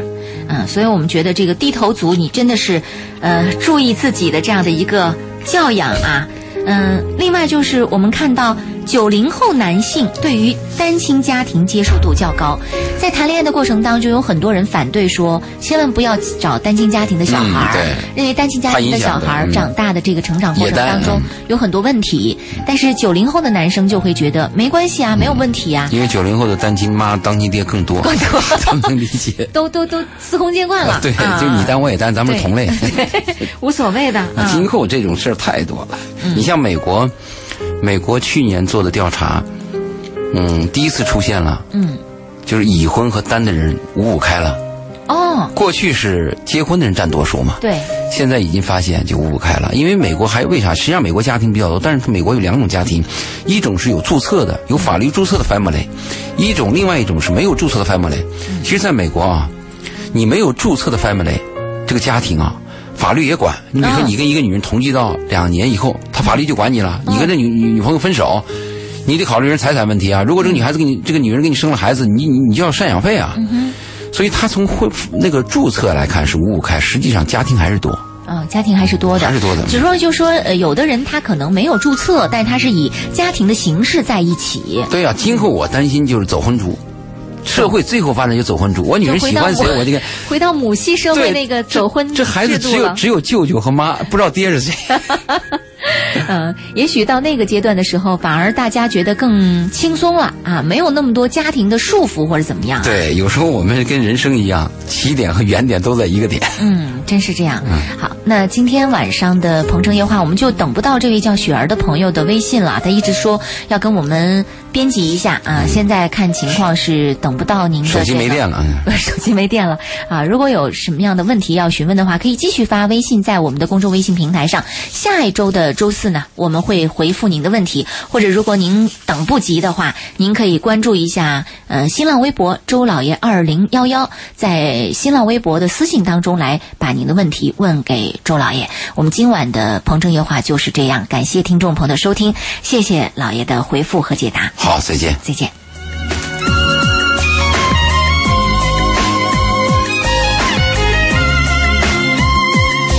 B: 嗯，所以我们觉得这个低头族，你真的是，呃，注意自己的这样的一个教养啊。嗯，另外就是我们看到，九零后男性对于单亲家庭接受度较高，在谈恋爱的过程当中，有很多人反对说，千万不要找单亲家庭的小孩儿、
C: 嗯
B: 认为单亲家庭的小孩
C: 怕
B: 儿
C: 影响的嗯
B: 长大的这个成长过程当
C: 也
B: 中
C: 单
B: 有很多问题。但是九零后的男生就会觉得没关系啊，没有问题啊，
C: 因为九零后的单亲妈、单亲爹更多，
B: 更 多
C: 咱们能理解。
B: 都都都司空见惯了，
C: 对，
B: 啊
C: 就你单我也单，咱们是
B: 对
C: 同类。
B: 无所谓的啊。
C: 今后这种事儿太多了。你像美国，美国去年做的调查，嗯，第一次出现了，
B: 嗯，
C: 就是已婚和单的人五五开了。
B: 哦，
C: 过去是结婚的人占多数嘛，
B: 对，
C: 现在已经发现就五五开了。因为美国还为啥？实际上美国家庭比较多，但是美国有两种家庭，一种是有注册的，有法律注册的 family，一种另外一种是没有注册的 family。其实，在美国啊，你没有注册的 family 这个家庭啊。法律也管，你比如说
B: 嗯
C: 你跟一个女人同居到两年以后，她法律就管你了。你跟这女女女朋友分手，你得考虑人财产问题啊。如果这个女孩子给你，这个女人给你生了孩子，你你你就要赡养费啊。所以她从婚那个注册来看是五五开，实际上家庭还是多。
B: 啊、家庭还是多的，
C: 还是多的
B: 只不过就说，呃，有的人他可能没有注册，但是他是以家庭的形式在一起。
C: 对呀、今后我担心就是走婚族，社会最后发展就走婚族。我女人
B: 就回
C: 喜
B: 到
C: 欢谁，我就给。
B: 回到母系社会
C: 对
B: 那个走婚
C: 这孩子
B: 制度
C: 只有
B: 了
C: 只有舅舅和妈，不知道爹 是谁。
B: 嗯，也许到那个阶段的时候，反而大家觉得更轻松了啊，没有那么多家庭的束缚或者怎么样。
C: 对，有时候我们跟人生一样，起点和原点都在一个点。
B: 嗯，真是这样。好，那今天晚上的《鹏城夜话》，我们就等不到这位叫雪儿的朋友的微信了，他一直说要跟我们编辑一下啊。现在看情况是等不到您的、这
C: 嗯手
B: 个、
C: 机没电了，嗯
B: 手机没电了啊！如果有什么样的问题要询问的话，可以继续发微信在我们的公众微信平台上。下一周的周四呢，我们会回复您的问题，或者如果您等不及的话，您可以关注一下呃新浪微博周老爷二零幺幺，在新浪微博的私信当中来把您的问题问给周老爷。我们今晚的《鹏城夜话》就是这样，感谢听众朋友的收听，谢谢老爷的回复和解答，
C: 好，再见。
B: 再见。